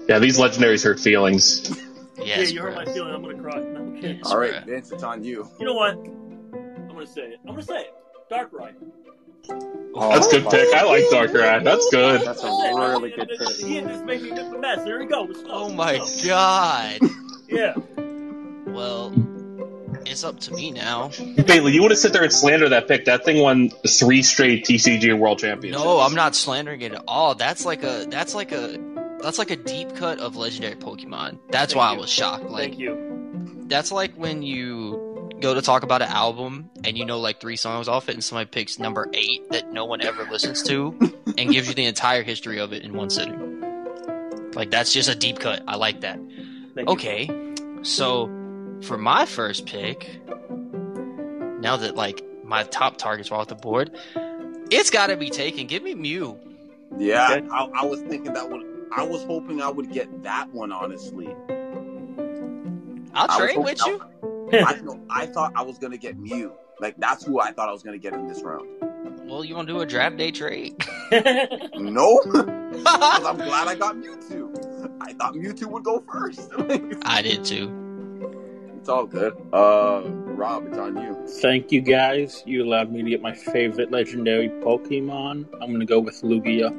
yeah, these legendaries hurt feelings.
Yeah,
Yes,
you hurt my
bro.
feeling. I'm gonna cry. No, I'm kidding.
All right,
bruh.
Vince, it's on you.
You know what? I'm gonna say it. I'm gonna say it. Dark ride.
Oh,
That's a good
my-
pick. I like Darkrai. That's good.
That's a really good pick.
He just made me look a mess. There we go. Let's go.
Oh my
Let's go.
god.
Yeah.
Well, it's up to me now.
Bailey, you want to sit there and slander that pick? That thing won three straight TCG World Championships.
No, I'm not slandering it at all. That's like a that's like a that's like a deep cut of legendary Pokemon. That's
Thank
why
you.
I was shocked. Like
Thank you.
that's like when you go to talk about an album and you know like three songs off it and somebody picks number eight that no one ever listens to and gives you the entire history of it in one sitting. Like that's just a deep cut. I like that.
Thank you.
Okay. So for my first pick, now that like my top targets are off the board, it's gotta be taken. Give me Mew.
Yeah,
Okay.
I, I was thinking that would. I was hoping I would get that one. Honestly, I
I'll
was
trade
hoping
with
I-
you.
I, no, I thought I was gonna get Mew. Like that's who I thought I was gonna get in this round.
Well, you wanna do a draft day trade?
No, 'cause I'm glad I got Mewtwo. I thought Mewtwo would go first.
I did too.
it's all good. Uh, Rob, it's on you.
Thank you guys. You allowed me to get my favorite legendary Pokemon. I'm gonna go with Lugia.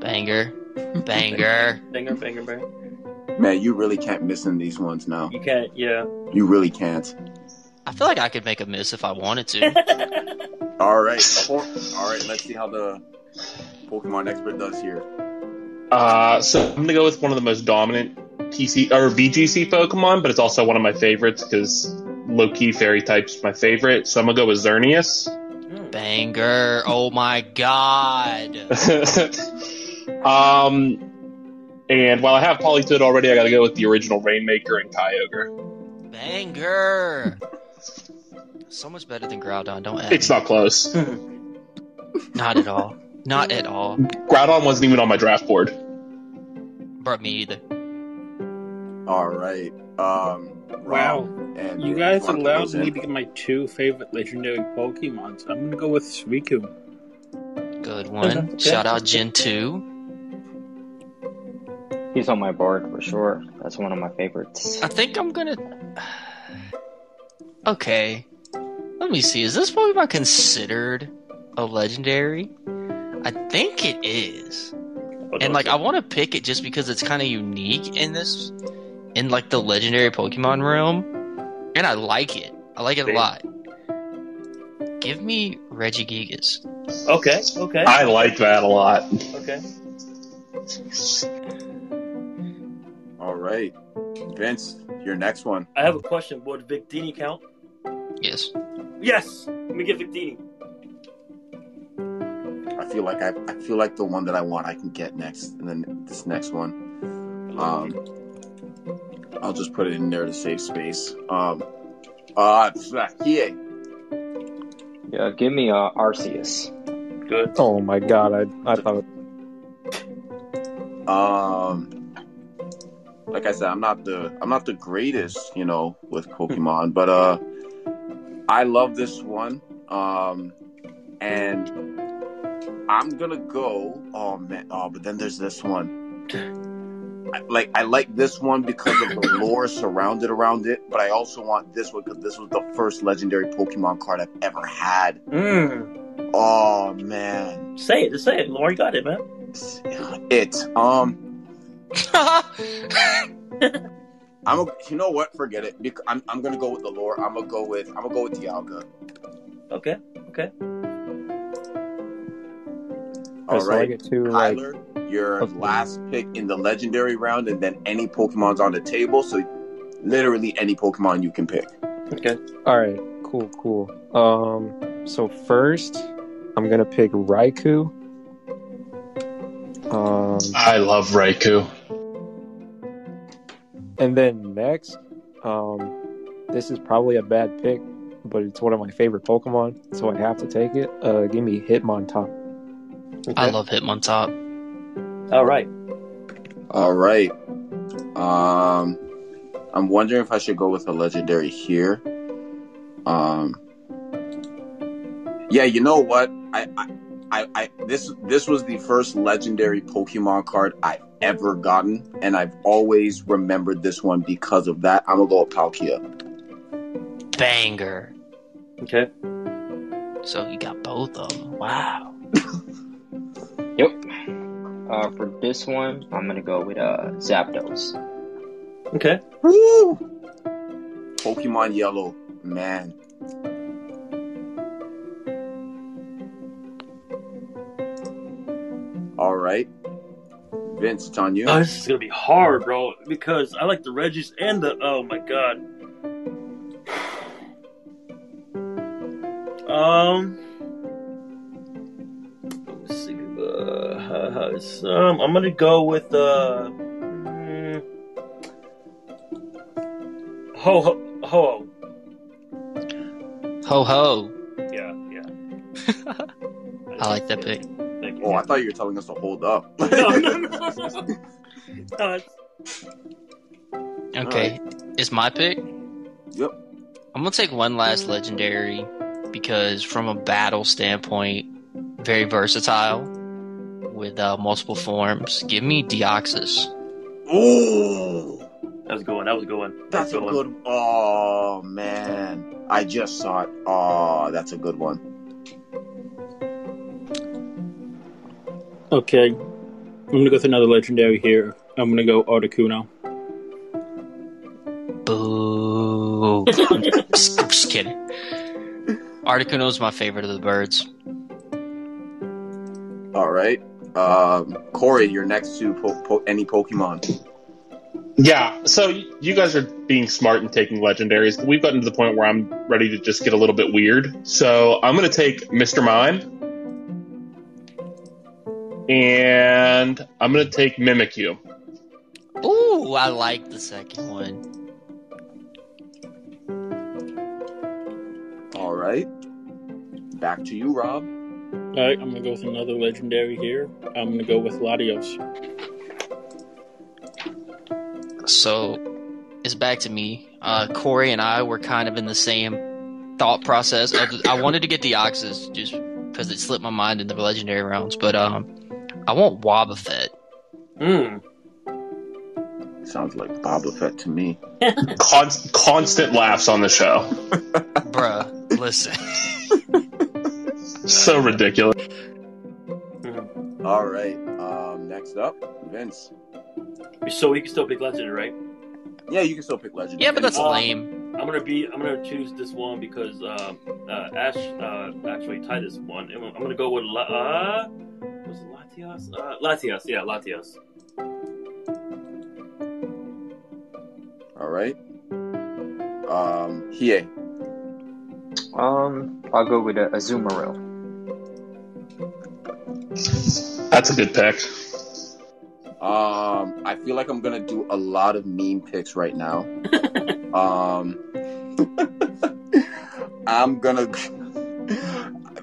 Banger. Banger.
Finger, finger, finger.
Man, you really can't miss in these ones now.
You can't. Yeah.
You really can't.
I feel like I could make a miss if I wanted to.
All right, all right. Let's see how the Pokemon expert does here.
Uh, so I'm gonna go with one of the most dominant TC or VGC Pokemon, but it's also one of my favorites because low key Fairy type's my favorite. So I'm gonna go with Xerneas.
Hmm.
Banger. Oh my god.
um, and while I have Politoed already, I gotta go with the original Rainmaker and Kyogre.
Banger. So much better than Groudon. Don't add
It's not close.
Not at all. Not at all.
Groudon wasn't even on my draft board.
Brought me either.
All right. Um, Rob
Wow,
and
you
Vince,
guys
wanna
allowed
close in?
me to get my two favorite legendary Pokemons. I'm gonna go with Suicune.
Good one. Shout out Gen 2.
He's on my board for sure. That's one of my favorites.
I think I'm gonna. Okay. Let me see. Is this Pokemon considered a legendary? I think it is. And like, I want to pick it just because it's kind of unique in this, in like the legendary Pokemon realm, and I like it. I like it a
Same.
lot. Give me Regigigas.
Okay. Okay.
I like that a lot.
Okay.
All right, Vince, your next one.
I have a question. Would Victini count?
Yes.
Yes. Let me get Victini.
I feel like I, I feel like the one that I want I can get next, and then this next one. Um, I'll just put it in there to save space. Um, uh, yeah.
Yeah, give me uh, Arceus.
Good.
Oh my god, I I thought
Um, like I said, I'm not the I'm not the greatest, you know, with Pokemon, but uh, I love this one. Um, and I'm gonna go. Oh man! Oh, but then there's this one. I, like I like this one because of the lore surrounded around it, but I also want this one because this was the first legendary Pokemon card I've ever had. Oh man!
Say it. Just say it. Lauren got it, man.
It um. I'm. A, you know what? Forget it. Bec- I'm. I'm gonna go with the lore. I'm gonna go with. I'm gonna go with Dialga.
Okay. Okay.
All
So I
right,
get two, like,
Kyler, your
Okay.
last pick in the legendary round, and then any Pokemon's on the table. So, literally any Pokemon you can pick.
Okay.
All right, cool, cool. Um, so first, I'm gonna pick Raikou. Um,
I love Raikou.
and then next, um, this is probably a bad pick, but it's one of my favorite Pokemon, so I have to take it. Uh, give me Hitmontop.
I love Hitmontop.
All right.
All right. Um, I'm wondering if I should go with a legendary here. Um, yeah, you know what? I, I, I, I this this was the first legendary Pokemon card I've ever gotten, and I've always remembered this one because of that. I'm gonna go with Palkia.
Banger.
Okay.
So you got both of them. Wow.
Yep. Uh, for this one, I'm gonna go with uh, Zapdos.
Okay.
Woo! Pokemon Yellow, man. All right, Vince, it's on you.
Oh, this is gonna be hard, bro, because I like the Regis and the. Oh my god. Um. Let's see. Uh, so, um, I'm gonna go with uh. mm, Ho ho ho.
Ho ho.
Yeah, yeah.
I like that pick.
Thank you.
Oh, I thought you were telling us to hold up.
no, no, no. no it's-
Okay. It's my pick.
Yep.
I'm gonna take one last legendary because from a battle standpoint, very versatile with uh, multiple forms. Give me Deoxys.
Ooh,
that was a good one. That was a good one.
that's a good. Oh man, I just saw it. Oh, that's a good one.
Okay. I'm gonna go with another legendary here. I'm gonna go Articuno.
Boo. I'm just, I'm just kidding. Articuno's my favorite of the birds.
All right, um, Corey, your next two po- po- any Pokemon.
Yeah, so y- you guys are being smart and taking legendaries, but we've gotten to the point where I'm ready to just get a little bit weird. So I'm going to take Mr. Mime. And I'm going to take Mimikyu.
Ooh, I like the second one.
All right, back to you, Rob.
Alright, I'm gonna go with another legendary here. I'm gonna go with Latios.
So it's back to me. Uh, Corey and I were kind of in the same thought process. Of, I wanted to get Deoxys just because it slipped my mind in the legendary rounds, but um, I want Wobbuffet.
Mm.
Sounds like Boba Fett to me.
Const- constant laughs on the show.
Bruh, listen.
So ridiculous.
All right, um, next up, Vince.
So we can still pick legendary, right?
Yeah, you can still pick Legend.
Yeah, but that's
Uh,
lame.
I'm gonna be. I'm gonna choose this one because uh, uh, Ash uh, actually tied this one. And I'm gonna go with La- uh, was it Latias? Uh, Latias, yeah, Latias.
all right. Um, Hiei.
Um, I'll go with uh, Azumarill.
That's a good pick.
Um, I feel like I'm gonna do a lot of meme picks right now. um, I'm gonna.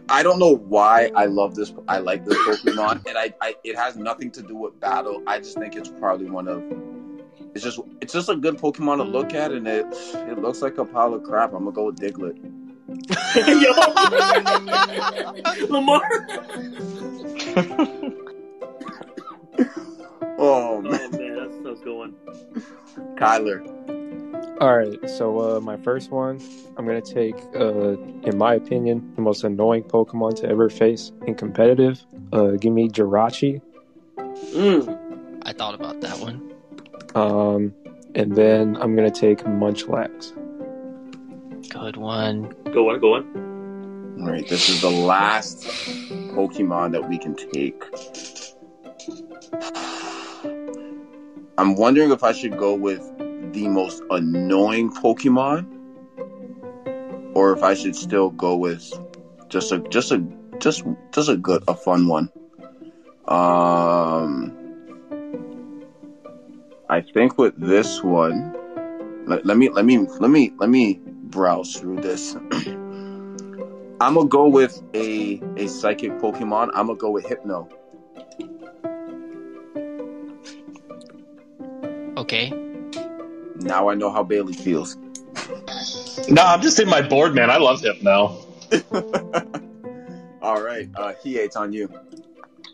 I don't know why I love this. I like this Pokemon, and I, I it has nothing to do with battle. I just think it's probably one of. It's just it's just a good Pokemon to look at, and it it looks like a pile of crap. I'm gonna go with Diglett.
Yo! Lamar.
Oh
Oh man,
man,
that's that's going.
Kyler.
All right, so uh, my first one, I'm gonna take, uh, in my opinion, the most annoying Pokemon to ever face in competitive. Uh, give me Jirachi.
Mm.
I thought about that one.
Um, and then I'm gonna take Munchlax.
Good one.
Go on, go on.
All right, this is the last Pokemon that we can take. I'm wondering if I should go with the most annoying Pokemon, or if I should still go with just a just a just just a good a fun one. Um, I think with this one, let, let me let me let me let me browse through this. I'm gonna go with a a psychic Pokemon. I'm gonna go with Hypno.
Okay.
Now I know how Bailey feels.
No, I'm just in my board, man. I love Hypno.
All right, uh, he hates on you.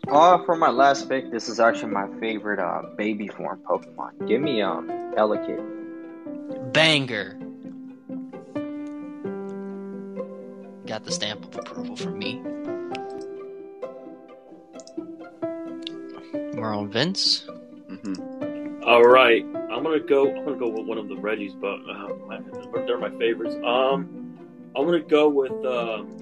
Uh, for my last pick, this is actually my favorite uh, baby form Pokemon. Give me um Elekid.
Banger. Got the stamp of approval from me. We're on Vince.
hmm
All right, I'm gonna go. I'm gonna go with one of the Reggies, but uh, my, they're my favorites. Um, I'm gonna go with. Um,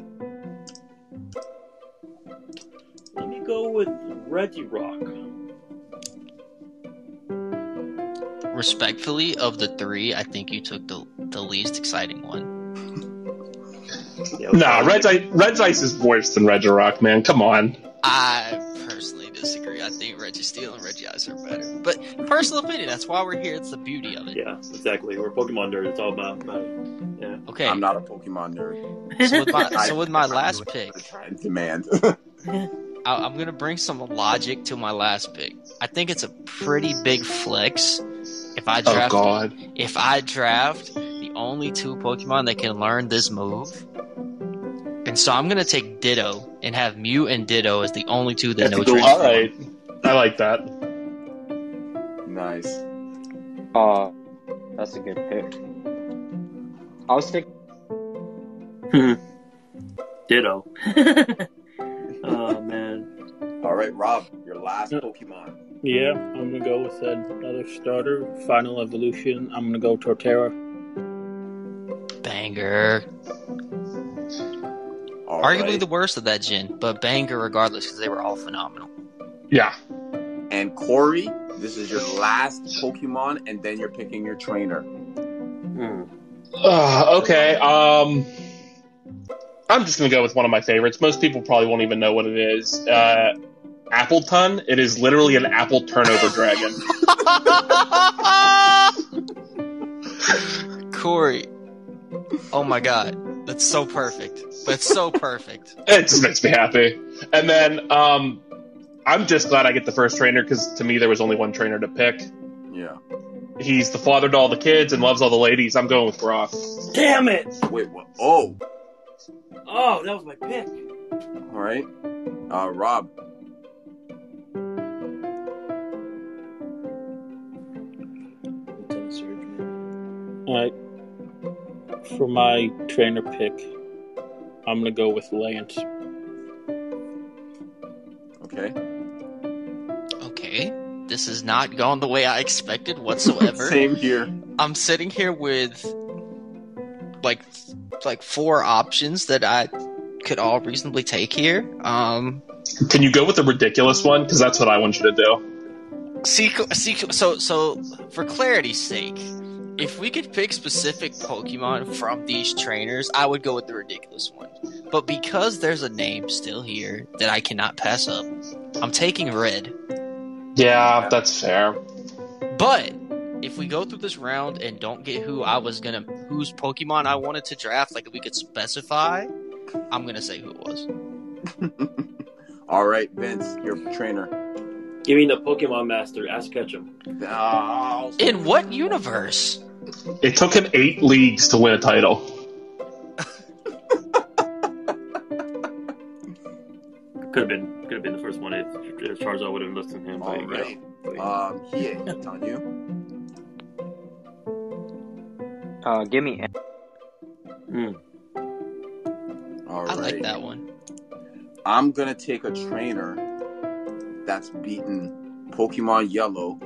let me go with Reggie Rock.
Respectfully, of the three, I think you took the the least exciting one.
Nah, Red Red's Ice is worse than Regirock, man. Come on.
I personally disagree. I think Reggie Steel and Reggie Ice are better. But personal opinion, that's why we're here. It's the beauty of it.
Yeah, exactly. We're Pokemon nerds. It's all about. about yeah.
Okay.
I'm not a Pokemon nerd.
so with my,
I-
so with my
I'm
last
doing
pick,
what I try and demand.
I, I'm gonna bring some logic to my last pick. I think it's a pretty big flex if I
Oh
draft
God.
if I draft the only two Pokemon that can learn this move. And so I'm gonna take Ditto and have Mew and Ditto as the only two
That's
that know
a good-
transform.
All right. I like that.
nice.
Uh, that's a good pick. I was thinking
Ditto. oh man.
All right, Rob, your last Pokemon.
Yeah, I'm gonna go with another starter. Final evolution. I'm gonna go Torterra.
Banger.
All
Arguably
right.
the worst of that gen, but banger regardless because they were all phenomenal.
Yeah.
and Corey, this is your last Pokemon, and then you're picking your trainer.
Hmm.
Uh, okay. Um, I'm just gonna go with one of my favorites. Most people probably won't even know what it is. Uh, Appleton. It is literally an apple turnover dragon.
Corey. Oh my god. That's so perfect. That's so perfect.
It just makes me happy. And then um, I'm just glad I get the first trainer because to me there was only one trainer to pick.
Yeah.
He's the father to all the kids and loves all the ladies. I'm going with Groff.
Damn it!
Wait. What? Oh.
Oh, that was my pick.
All right. Uh, Rob.
All right. For my trainer pick, I'm gonna go with Lance.
Okay.
Okay. This has not gone the way I expected whatsoever.
Same here.
I'm sitting here with like like four options that I could all reasonably take here. Um
Can you go with the ridiculous one? Because that's what I want you to do.
sequ- sequ- so so for clarity's sake, if we could pick specific Pokemon from these trainers, I would go with the ridiculous one. But because there's a name still here that I cannot pass up, I'm taking red.
Yeah, that's fair.
But if we go through this round and don't get who I was gonna, whose Pokemon I wanted to draft, like if we could specify, I'm gonna say who it was.
All right, Vince, your trainer.
Give me the Pokemon Master, Ask Ketchum.
Oh,
In what universe?
It took him eight leagues to win a title.
Could have been, could have been the first one if, if Charizard would have listened to him.
all
but, yeah.
right. Um, he hates on you.
uh, give me
Hmm.
All
I
right.
like that one.
I'm gonna take a trainer that's beaten Pokemon Yellow,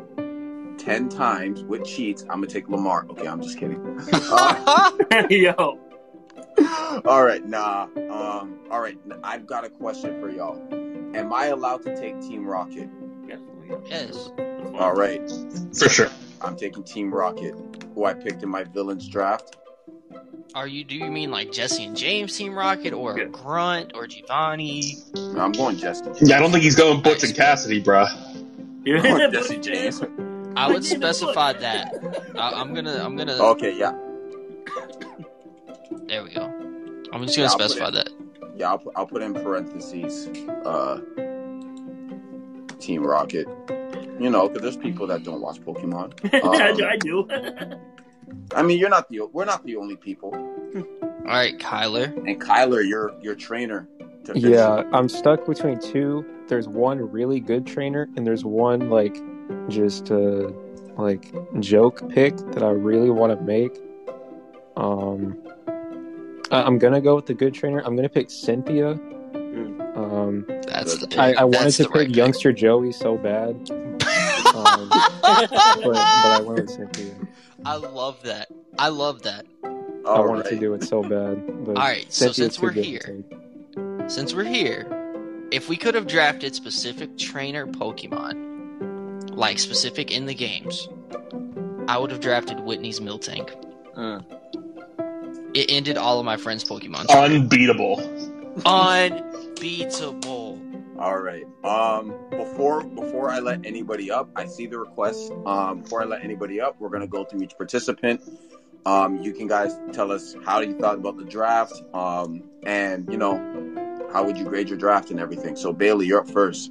ten times with cheats, I'm gonna take Lamar. Okay, I'm just kidding. Uh,
Yo,
all right, nah. Um, all right, I've got a question for y'all. Am I allowed to take Team Rocket?
yes.
All right,
For sure.
I'm taking Team Rocket, who I picked in my villains draft.
Are you? Do you mean like Jesse and James Team Rocket, or
Yeah.
Grunt, or Giovanni?
I'm going Jesse.
Yeah, I don't think he's going Butch and Cassidy, bruh.
You're
I'm going Jesse James.
I would specify that. I, I'm gonna. I'm gonna.
Okay, yeah,
There we go. I'm just
Yeah,
gonna
I'll put
specify that.
yeah. I'll, pu- I'll put in parentheses. Uh, Team Rocket. You know, because there's people that don't watch Pokemon.
I
Um,
do. I do.
I mean, you're not the o- we're not the only people.
All right, Kyler.
And Kyler, your your trainer. To fix
Yeah, I'm stuck between two. There's one really good trainer, and there's one like just uh like joke pick that I really want to make. Um, I- I'm gonna go with the good trainer. I'm gonna pick Cynthia. Um,
That's the pick.
I, I wanted
Hmm. That's
to
the
pick
right
youngster Joey so bad, um, but, but I went with Cynthia.
I love that. I love that.
it.
I
All
wanted to
right.
do it so bad. But
All right, so since
Cynthia's too
we're
good to
here,
take.
Since we're here, if we could have drafted specific trainer Pokemon, like specific in the games, I would have drafted Whitney's Miltank. It ended all of my friends' Pokemon.
Unbeatable.
Unbeatable.
All right. Um, before before I let anybody up, I see the request. Um, before I let anybody up, we're gonna go through each participant. Um, you can guys tell us how you thought about the draft. Um, and you know, how would you grade your draft and everything? So Bailey, you're up first.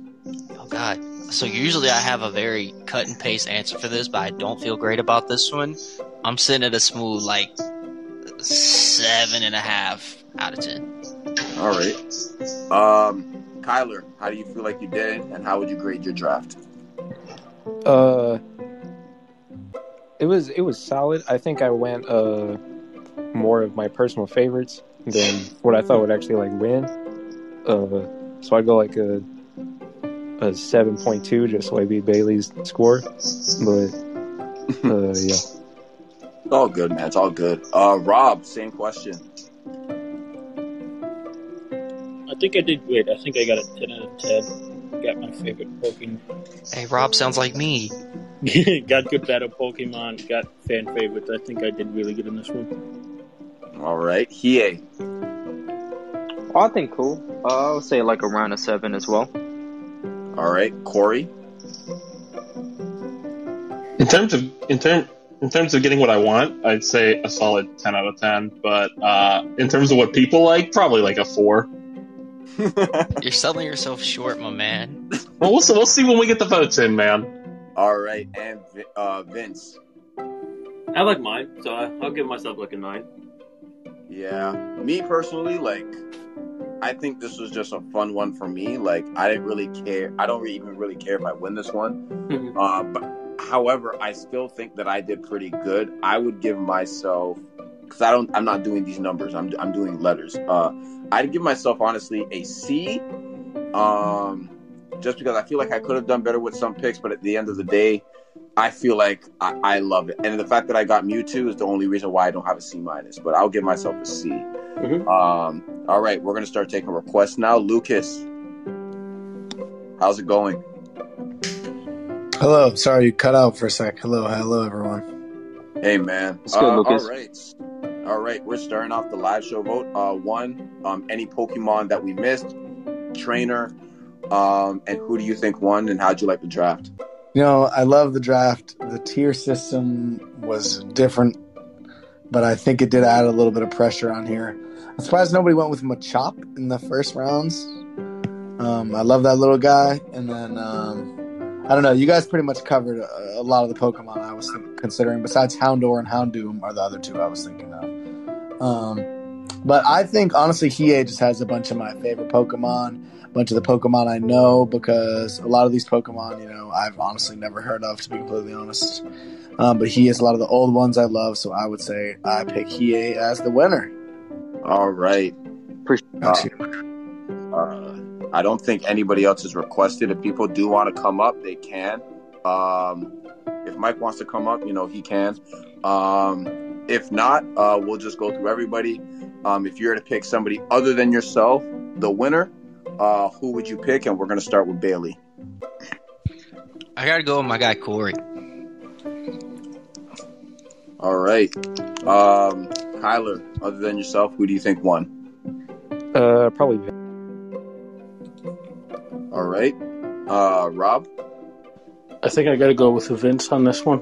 Oh god. So usually I have a very cut and paste answer for this, but I don't feel great about this one. I'm sitting at a smooth like seven and a half out of ten.
All right. Um, Kyler, how do you feel like you did, and how would you grade your draft?
Uh, it was it was solid. I think I went uh more of my personal favorites than what I thought would actually like win. Uh, so I go like a a seven point two, just so I beat Bailey's score. But uh, yeah,
It's all good, man. It's all good. Uh, Rob, same question.
I think I did great. I think I got a 10 out of 10. Got my favorite Pokemon.
Hey Rob sounds like me.
got good battle Pokemon. Got fan favorites. I think I did really good in this one.
All right, Hiei.
Oh, I think cool. Uh, I would say like around a seven as well.
All right, Corey.
In terms of in term in terms of getting what I want, I'd say a solid ten out of ten. But uh, in terms of what people like, probably like a four.
You're selling yourself short, my man.
Well, we'll see, we'll see when we get the votes in, man.
All right, and Vi- uh, Vince.
I like mine, so I, I'll give myself like a nine.
Yeah, me personally, like, I think this was just a fun one for me. Like, I didn't really care. I don't really even really care if I win this one.
Mhm.
Uh, but, however, I still think that I did pretty good. I would give myself because I don't. I'm not doing these numbers. I'm I'm doing letters. Uh, I'd give myself honestly a C. Um, just because I feel like I could have done better with some picks, but at the end of the day. I feel like I, I love it. And the fact that I got Mewtwo is the only reason why I don't have a C minus, but I'll give myself a C.
Mm-hmm.
Mhm.
Um, all right, we're going to start taking requests now. Lucas, how's it going?
Hello, sorry you cut out for a sec. Hello, hello everyone.
Hey, man. Uh,
It's good, Lucas.
All right. All right, we're starting off the live show vote. Uh, one, um, any Pokemon that we missed, trainer, um, and who do you think won, and how'd you like the draft?
You know, I love the draft. The tier system was different, but I think it did add a little bit of pressure on here. I'm surprised nobody went with Machop in the first rounds. Um, I love that little guy, and then um, I don't know. You guys pretty much covered a, a lot of the Pokemon I was think- considering. Besides Houndour and Houndoom are the other two I was thinking of. Um, but I think honestly, Hiei just has a bunch of my favorite Pokemon. bunch of the Pokemon I know because a lot of these Pokemon, you know, I've honestly never heard of, to be completely honest. Um, but he has a lot of the old ones I love, so I would say I pick Hiei as the winner.
All right.
Got
Uh, Uh, I don't think anybody else has requested. If people do want to come up, they can. Um, If Mike wants to come up, you know, he can. Um, if not, uh, we'll just go through everybody. Um, if you're to pick somebody other than yourself, the winner, uh, who would you pick? And we're going to start with Bailey.
I gotta go with my guy Corey.
All right. Um, Kyler, other than yourself, who do you think won?
Uh, probably.
All right. Uh, Rob?
I think I got to go with Vince on this one.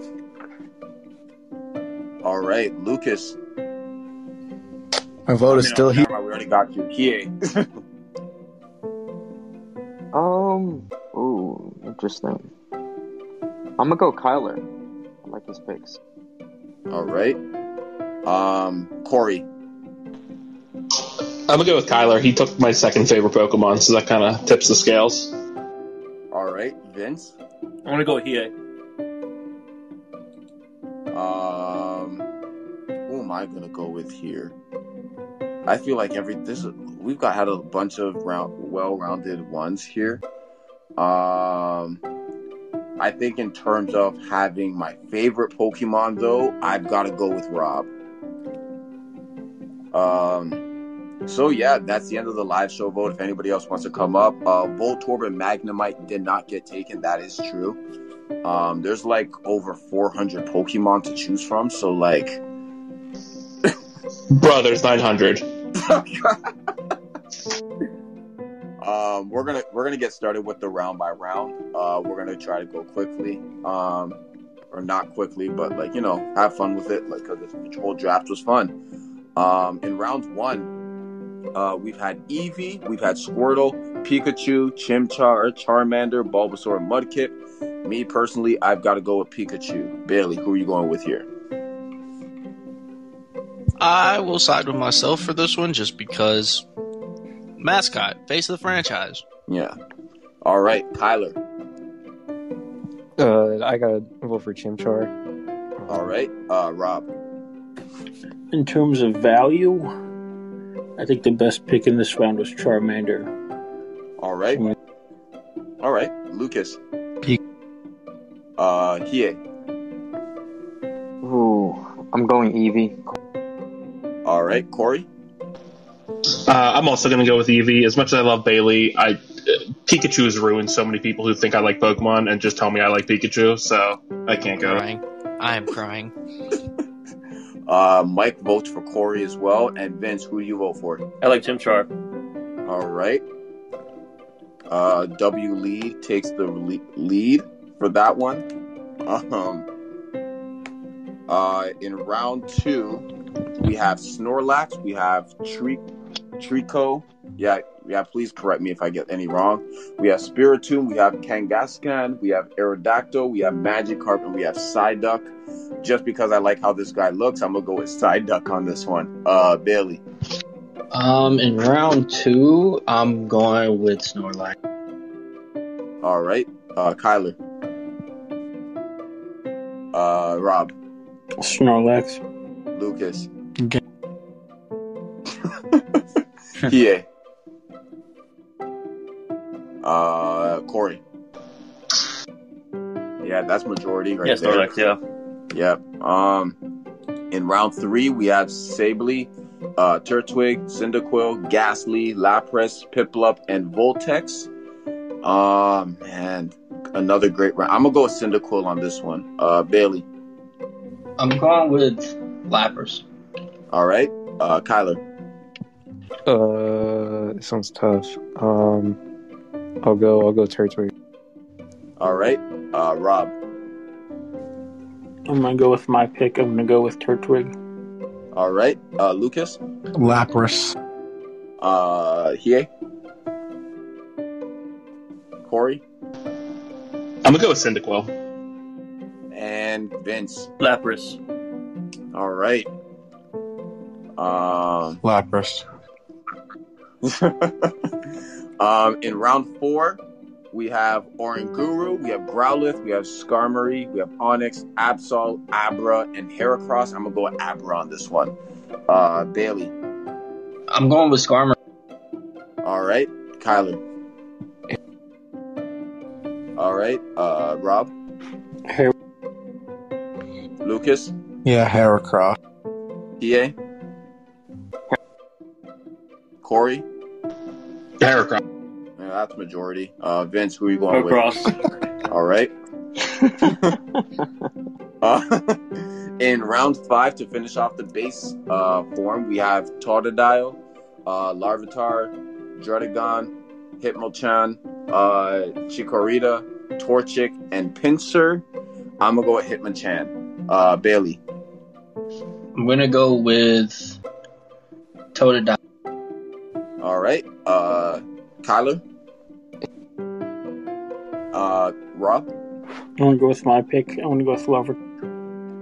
All right. Lucas?
My vote is
I mean,
still here.
never mind, We already got you. Kie.
Um. Ooh, interesting. I'm gonna go Kyler. I like his picks.
All right. Um, Corey?
I'm gonna go with Kyler. He took my second favorite Pokemon, so that kind of tips the scales.
All right. Vince?
I'm gonna go here.
Um, who am I gonna go with here? I feel like every this is- we've got had a bunch of round, well-rounded ones here. Um, I think in terms of having my favorite Pokemon, though, I've got to go with Rob. Um, so yeah, that's the end of the live show vote. If anybody else wants to come up, uh, Voltorb and Magnemite did not get taken. That is true. Um, there's like over 400 Pokemon to choose from, so like,
Brothers, 900.
um, we're gonna we're gonna get started with the round by round. Uh, we're gonna try to go quickly, um, or not quickly, but like you know, have fun with it. Like, cause this the whole draft was fun. Um, in round one, uh, we've had Eevee, we've had Squirtle, Pikachu, Chimchar, Charmander, Bulbasaur, and Mudkip. Me personally, I've got to go with Pikachu. Bailey, who are you going with here?
I will side with myself for this one just because mascot, face of the franchise.
Yeah. All right, Kyler.
Uh, I gotta vote for Chimchar.
All right, uh, Rob.
In terms of value, I think the best pick in this round was Charmander.
All right.
Mm.
All right, Lucas.
Pe-
Uh, Hie.
Ooh, I'm going Eevee.
All right, Corey.
Uh, I'm also gonna go with Eevee. As much as I love Bailey, I uh, Pikachu has ruined so many people who think I like Pokemon and just tell me I like Pikachu. So I can't go.
Crying. I am crying.
Uh, Mike votes for Corey as well, and Vince. Who do you vote for?
I like Chimchar.
All right. Uh, W Lee takes the le- lead for that one. Um. Uh, in round two, we have Snorlax. We have Tree Trico. Yeah, yeah. Please correct me if I get any wrong. We have Spiritomb. We have Kangaskhan. We have Aerodactyl. We have Magikarp, and we have Psyduck. Just because I like how this guy looks, I'm gonna go with Psyduck on this one. Uh, Bailey.
Um, in round two, I'm going with Snorlax.
All right. Uh, Kyler. Uh, Rob.
Snorlax.
Lucas.
Okay.
yeah. Uh, Corey. Yeah, that's majority right
yeah,
there.
Snorlax. Yeah.
Yep. Um, in round three, we have Sabley, uh, Turtwig, Cyndaquil, Ghastly, Lapras, Piplup, and Voltex. Um, man, another great round. I'm gonna go with Cyndaquil on this one. Uh, Bailey.
I'm going with Lapras.
All right. Uh, Kyler.
Uh, this one's tough. Um, I'll go. I'll go Turtwig.
All right. Uh, Rob.
I'm going to go with my pick. I'm going to go with Turtwig.
All right. Uh, Lucas.
Lapras.
Uh, Hie. Corey
I'm gonna go with Cyndaquil.
and Vince.
Lapras.
All right. Um.
Lapras.
um, in round four, we have Oranguru, we have Growlithe, we have Skarmory, we have Onyx, Absol, Abra, and Heracross. I'm gonna go with Abra on this one. Uh, Bailey.
I'm going with Skarmory.
All right, Kyler. All right, uh, Rob
Her-
Lucas,
Yeah, Heracroft.
EA, Corey.
Heracroft.
Yeah, that's majority. Uh, Vince, who are you going with?
Across.
All right. uh, in round five, to finish off the base uh, form, we have Totodile, uh, Larvitar, Dredagon, Hitmochan, uh, Chikorita, Torchic, and Pinsir. I'm going to go with Hitmonchan. Uh, Bailey.
I'm gonna go with Totodile.
All right. Uh, Kyler. Uh, Rob.
I'm gonna go with my pick. I'm gonna go with Lover.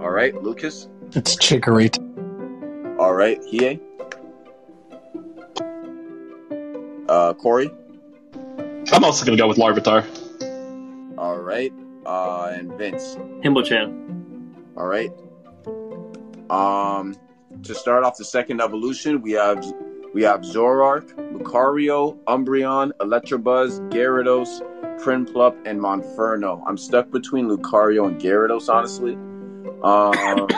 All right. Lucas.
It's Chikorita.
All right, Hie. Uh, Corey.
I'm also going to go with Larvitar.
All right, uh, and Vince.
Himbo Chan.
All right. Um, to start off the second evolution, we have we have Zorark, Lucario, Umbreon, Electrobuzz, Gyarados, Prinplup, and Monferno. I'm stuck between Lucario and Gyarados, honestly. Um,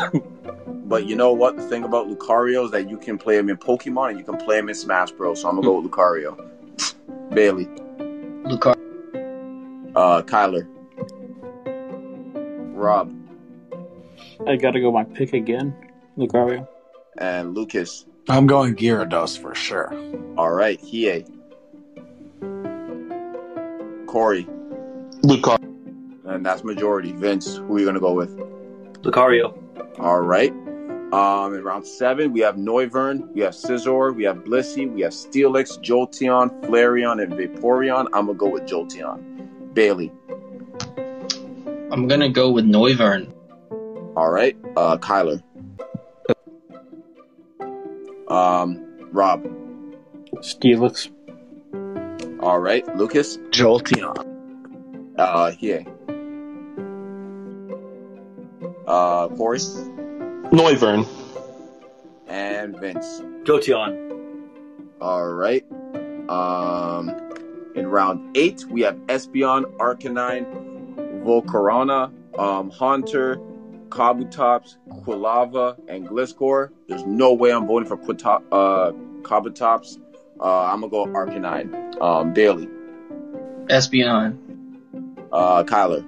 but you know what? The thing about Lucario is that you can play him in Pokemon and you can play him in Smash Bros. So I'm gonna go with Lucario. Bailey,
Lucar.
uh, Kyler, Rob,
I gotta go my pick again. Lucario.
and Lucas.
I'm going Gyarados for sure.
All right, Hiei. Corey,
Lucar.
and that's majority. Vince, who are you going to go with?
Lucario.
All right. Um, in round seven, we have Noivern, we have Scizor, we have Blissey, we have Steelix, Jolteon, Flareon, and Vaporeon. I'm going to go with Jolteon. Bailey.
I'm gonna go with Noivern.
All right. Uh, Kyler. Um, Rob.
Steelix.
All right. Lucas.
Jolteon.
Uh, Hiei. Uh, Corey.
Noivern.
And Vince.
Jotion.
All right. Um, in round eight, we have Espeon, Arcanine, Volcarona, um, Haunter, Kabutops, Quilava, and Gliscor. There's no way I'm voting for Quita- uh, Kabutops. Uh, I'm going to go Arcanine. Um, Bailey,
Espeon.
uh, Kyler,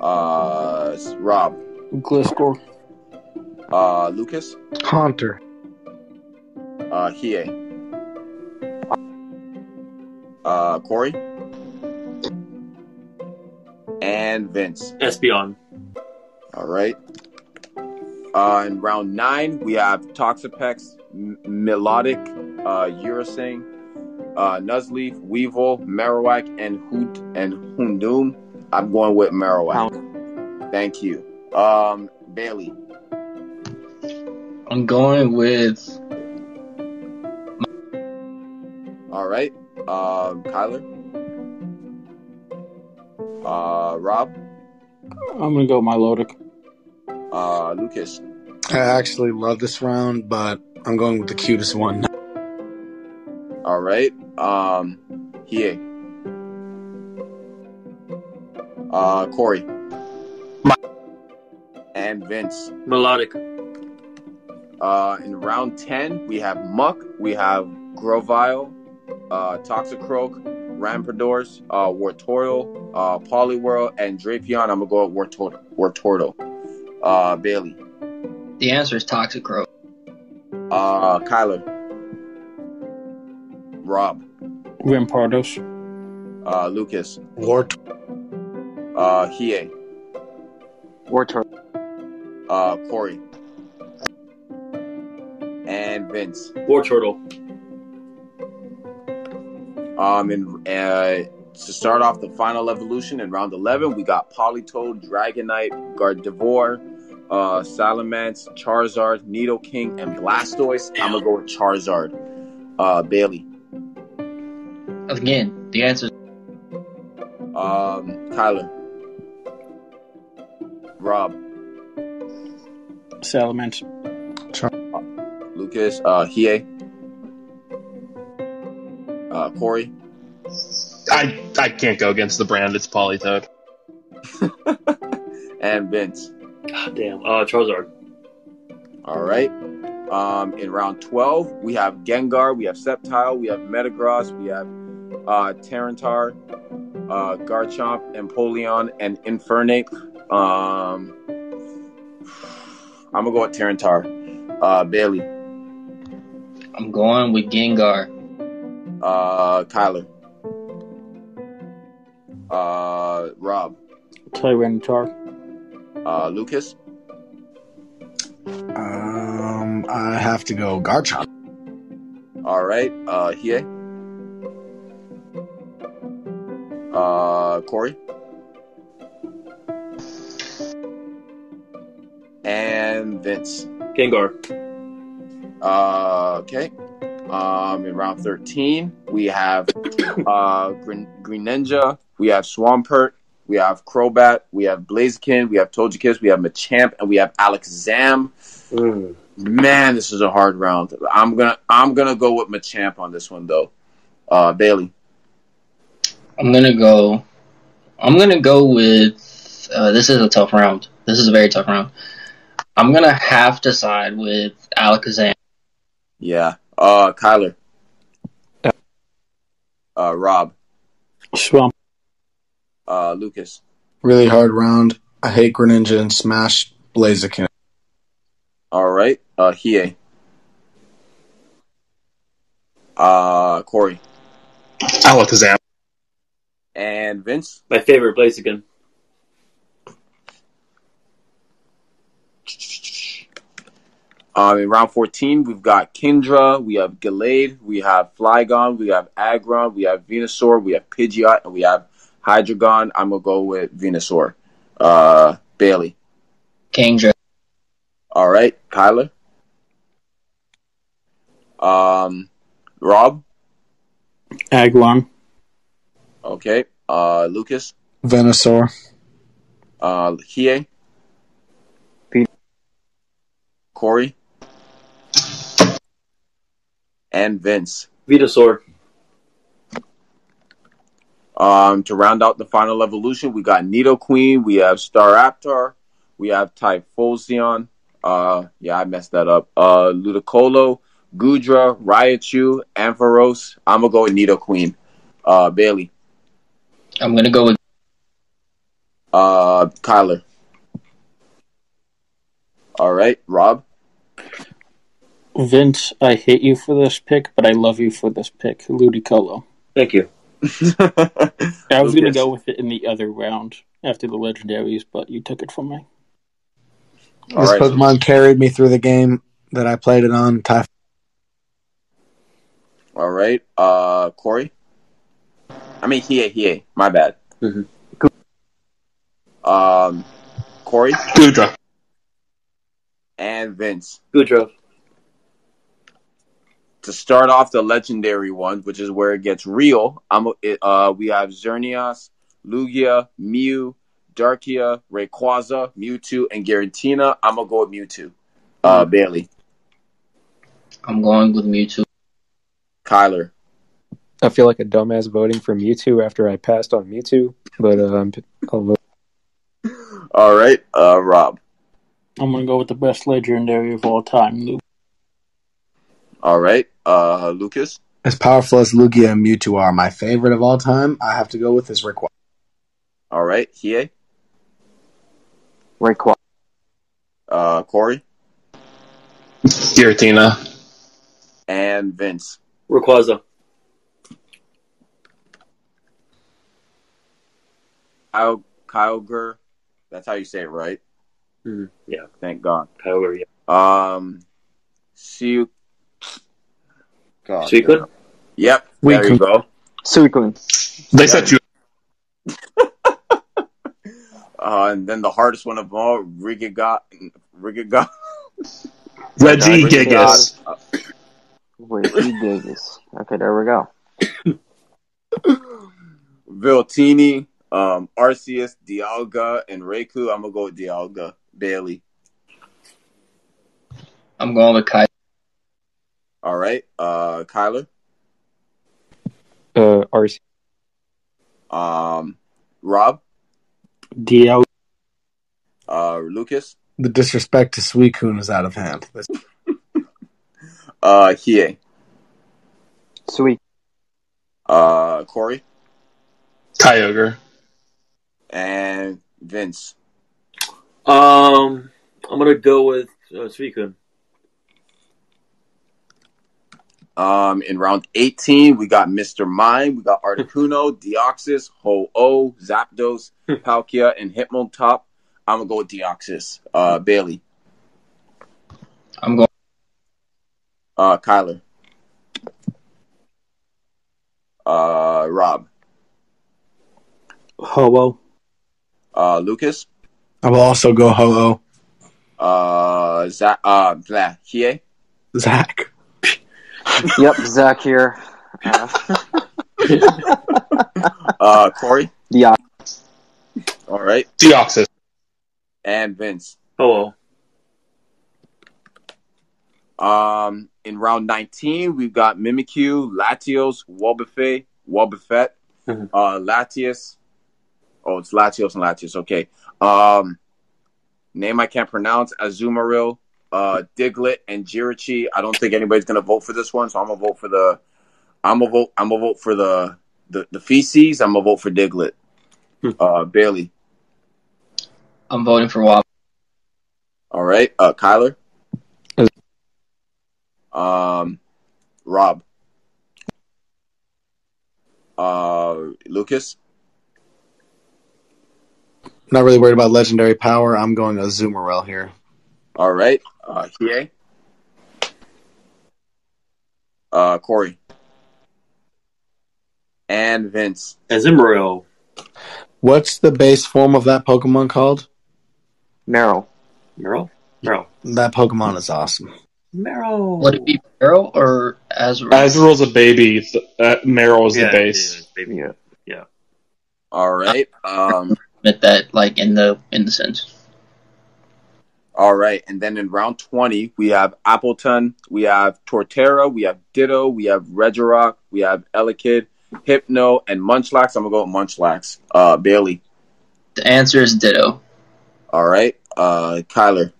uh, s- Rob,
Gliscor.
uh, Lucas,
Haunter.
uh, Hiei, uh, Corey, and Vince.
Espeon.
All right. Uh, in round nine, we have Toxapex, M- Melodic, uh, Urasing, uh, Nuzleaf, Weevil, Marowak, and Hoot and Hundum. I'm going with Marowak. Thank you. Um, Bailey,
I'm going with
all right. Um, Kyler, uh, Rob,
I'm gonna go with my Lodic.
uh, Lucas,
I actually love this round, but I'm going with the cutest one.
All right. Um, here. Uh, Corey. And Vince.
Melodic.
Uh, in round 10, we have Muck, we have Grovile, uh, Toxicroak, Rampradors, uh, Wartortle, uh, Poliwhirl, and Drapion. I'm going to go with Wartortle. Wartortle. Uh, Bailey.
the answer is Toxicroak.
Uh, Kyler. Rob.
Rampardos.
Uh, Lucas.
War
Uh, Hiei.
Wartor.
uh, Corey, and Vince.
War Turtle.
Um, and uh, to start off the final evolution in round 11, we got Politoed, Dragonite, Gardevoir, uh, Salamence, Charizard, Nidoking, and Blastoise. I'm going to go with Charizard. Uh, Bailey,
Again, the answer is
um, Tyler, Rob,
Salamence.
Lucas, uh, Hiei, uh, Corey,
I, I can't go against the brand. It's Polytoad.
and Vince.
God damn. Uh, Charizard.
All right. Um, in round 12, we have Gengar, we have Sceptile, we have Metagross, we have uh, Tyranitar, uh, Garchomp, Empoleon, and Infernape. Um, I'm going to go with Tyranitar. Uh, Bailey,
I'm going with Gengar.
uh, Kyler, uh, Rob,
Tyranitar.
uh, Lucas,
Um, I have to go Garchomp.
All right, uh, Hie. Uh, Corey. And Vince.
Gengar.
Uh, okay. Um, in round 13, we have uh, Green, Green Ninja, we have Swampert, we have Crobat, we have Blaziken, we have Togekiss, we have Machamp, and we have Alakazam. Man, this is a hard round. I'm gonna I'm gonna go with Machamp on this one though. Uh, Bailey,
I'm gonna go. I'm gonna go with. Uh, this is a tough round. This is a very tough round. I'm gonna have to side with Alakazam.
yeah. Uh, Kyler, uh, Rob,
Swamp.
uh, Lucas,
Really hard round. I hate Greninja and Smash Blaziken.
All right. Uh, Hie. Uh, Corey
Alakazam.
and Vince.
My favorite Blaziken.
Um, in round 14, we've got Kindra, we have Gallade, we have Flygon, we have Aggron, we have Venusaur, we have Pidgeot, and we have Hydreigon. I'm going to go with Venusaur. Uh, Bailey.
Kangdra.
All right. Kyler. Um, Rob.
Agwan.
Okay. Uh, Lucas.
Venusaur.
Uh, Hie.
Pe-
Corey. And Vince.
Venusaur.
Um, to round out the final evolution, we got Nido Queen, we have Staraptor, we have Typhlosion. Uh, yeah, I messed that up. Uh, Ludicolo, Gudra, Raichu, Ampharos. I'm gonna go with Nido Queen. Uh, Bailey,
I'm gonna go with
uh, Kyler. All right, Rob.
Vince, I hate you for this pick, but I love you for this pick. Ludicolo.
Thank you.
I was going
Lucas.
to go with it in the other round after the legendaries, but you took it from me.
All
this
right.
Pokemon carried me through the game that I played it on. Typh-
All right, uh, Corey. I mean, here, here. My bad.
Mhm.
Um, Corey
Gudra.
and Vince
Gudra.
to start off the legendary ones, which is where it gets real. I'm uh, we have Xerneas, Lugia, Mew, Darkia, Rayquaza, Mewtwo, and Giratina. I'm gonna go with Mewtwo. Uh, Bailey,
I'm going with Mewtwo.
Kyler,
I feel like a dumbass voting for Mewtwo after I passed on Mewtwo, but uh, I'm, I'll vote
all right, uh, Rob,
I'm going to go with the best legendary of all time, Luke.
all right, uh, Lucas,
as powerful as Lugia and Mewtwo are, my favorite of all time, I have to go with is Rayquaza.
all right, Hiei,
Rayquaza.
uh, Corey,
Giratina.
and Vince.
Rayquaza.
Kyle Kyogre. That's how you say it, right?
Mm-hmm.
Mhm. Yeah.
Thank God.
Kyogre. Yeah.
Um, see you.
Oh,
God.
Suicune.
Yep.
We
there you
can-
go.
Suicune.
They set you.
Uh, and then the hardest one of all, Rigiga. Rigiga.
Reggie
Rigiga-
Gigas.
Wait, he gave this. Okay, there we go.
Viltini, um, Arceus, Dialga, and Reku. I'm gonna go with Dialga. Bailey.
I'm going with Kai.
All right. Uh, Kyler.
uh, RC.
Um, Rob
DL.
Uh, Lucas,
The disrespect to Suicune is out of hand. That's-
uh, Hie,
Sweet.
uh, Corey,
Kyogre.
and Vince.
Um, I'm gonna go with uh, Suicune.
Um, in round 18, we got Mr. Mime, we got Articuno, Deoxys, Ho-Oh, Zapdos, Palkia, and Hitmontop. I'm gonna go with Deoxys. Uh, Bailey,
I'm going.
uh, Kyler, uh, Rob,
Ho oh.
uh, Lucas,
I will also go ho
uh, Zach, uh, blah, Hie,
oh. Zach.
Yep, Zach here. Uh,
uh, Corey.
yeah.
All right,
Deoxys.
and Vince.
Oh,
Um, in round 19, we've got Mimikyu, Latios, Wobbuffet, Wobbuffet,
Mhm.
uh, Latias. Oh, it's Latios and Latios. Okay. Um, name I can't pronounce: Azumarill, uh, Diglett, and Jirachi. I don't think anybody's gonna vote for this one, so I'm gonna vote for the. I'm gonna vote. I'm gonna vote for the the, the feces. I'm gonna vote for Diglett.
Hmm.
Uh, Bailey.
I'm voting for Wob.
All right. Uh, Kyler.
Uh,
Um, Rob. Uh, Lucas.
Not really worried about legendary power. I'm going Azumarill here.
All right. Uh, Hie. Uh, Corey. And Vince.
Azimurill.
What's the base form of that Pokemon called?
Meryl.
Meryl? Meryl.
That Pokemon is awesome.
Meryl.
Would it be Meryl or Azrael?
Azrael's a baby. Th- Uh, Meryl is
Yeah,
the base.
yeah, baby.
Yeah.
All right. Um,
admit that, like in the in the sense.
All right, and then in round twenty we have Appleton, we have Torterra, we have Ditto, we have Regirock, we have Elekid, Hypno, and Munchlax. I'm gonna go with Munchlax. Uh, Bailey.
The answer is Ditto.
All right, uh, Kyler,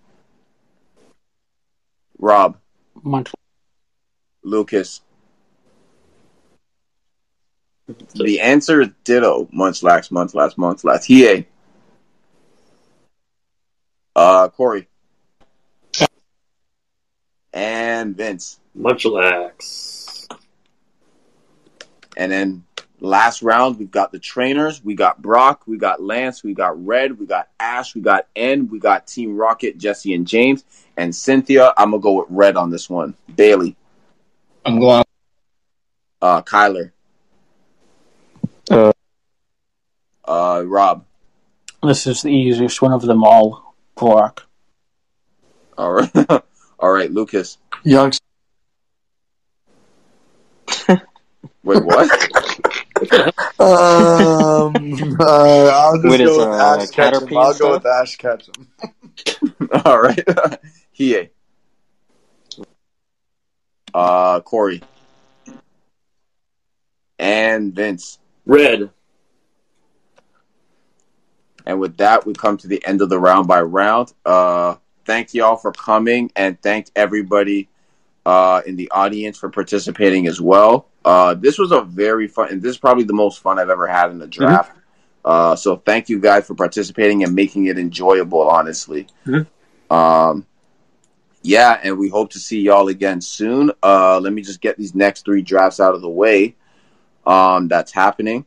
Rob,
Munch.
Lucas. The answer is Ditto. Munchlax, Munchlax, Munchlax. He. Uh, Corey. And Vince.
Munchlax.
And then last round, we've got the trainers. We got Brock. We got Lance. We got Red. We got Ash. We got N. We got Team Rocket, Jesse and James. And Cynthia, I'm going to go with Red on this one. Bailey,
I'm going.
uh, Kyler,
Uh.
uh, Rob.
This is the easiest one of them all. Brock.
All right. All right, Lucas.
Youngster.
Wait, what?
Um, uh, I'll just
With his,
go with
uh,
Ash Ketchum.
Caterpie
I'll
and
go
stuff?
with Ash Ketchum.
All right. Hie. Uh, Corey. And Vince.
Red.
And with that, we come to the end of the round by round. Uh, thank you all for coming and thank everybody uh, in the audience for participating as well. Uh, this was a very fun, and this is probably the most fun I've ever had in the draft. Uh, so thank you guys for participating and making it enjoyable, honestly.
Mhm.
Um, yeah, and we hope to see y'all again soon. Uh, let me just get these next three drafts out of the way um, that's happening.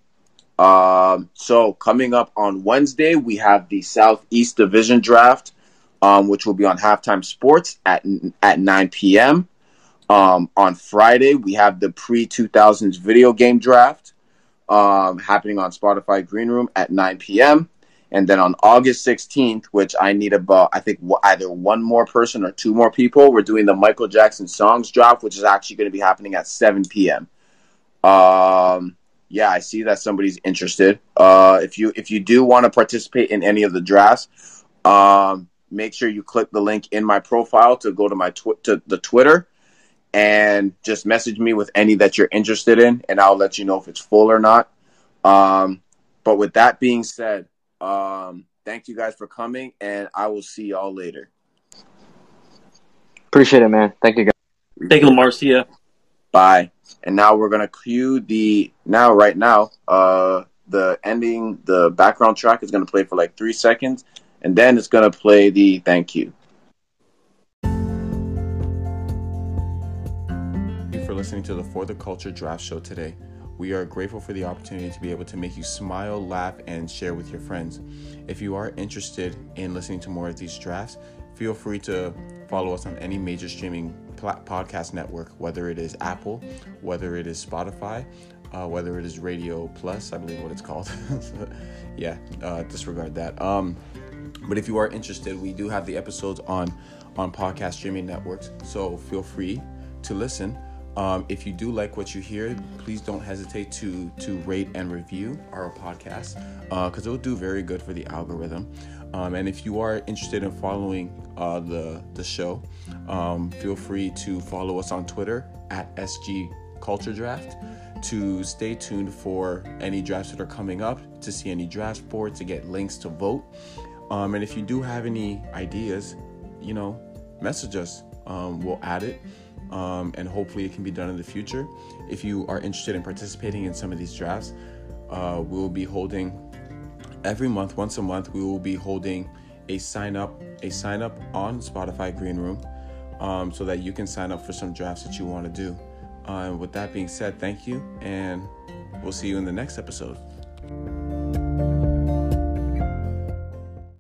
Um, so coming up on Wednesday, we have the Southeast Division Draft, um, which will be on halftime sports at at 9 p.m. Um, on Friday, we have the pre 2000s video game draft um, happening on Spotify Green Room at 9 p.m. And then on August 16th, which I need about, I think wh- either one more person or two more people, we're doing the Michael Jackson songs draft, which is actually going to be happening at 7 p.m. Um, yeah, I see that somebody's interested. Uh, if you if you do want to participate in any of the drafts, um, make sure you click the link in my profile to go to my tw- to the Twitter, and just message me with any that you're interested in, and I'll let you know if it's full or not. Um, but with that being said, um, Thank you guys for coming, and I will see y'all later.
Appreciate it, man. Thank you, guys.
Thank you, Marcia.
Bye. And now we're gonna cue the now right now. Uh, the ending, the background track is gonna play for like three seconds, and then it's gonna play the thank you. Thank you for listening to the For the Culture Draft Show today. We are grateful for the opportunity to be able to make you smile, laugh, and share with your friends. If you are interested in listening to more of these drafts, feel free to follow us on any major streaming pla- podcast network, whether it is Apple, whether it is Spotify, uh, whether it is Radio Plus, I believe what it's called. yeah, uh, disregard that. Um, but if you are interested, we do have the episodes on on podcast streaming networks, so feel free to listen. Um, if you do like what you hear, please don't hesitate to to rate and review our podcast because it will do very good for the algorithm. Um, and if you are interested in following uh, the the show, um, feel free to follow us on Twitter at SG Culture Draft to stay tuned for any drafts that are coming up, to see any draft boards, to get links to vote. Um, and if you do have any ideas, you know, message us. Um, we'll add it. Um, and hopefully it can be done in the future. If you are interested in participating in some of these drafts, uh, we will be holding every month, once a month, we will be holding a sign up, a sign up on Spotify Green Room, um, so that you can sign up for some drafts that you want to do. Uh, with that being said, thank you, and we'll see you in the next episode.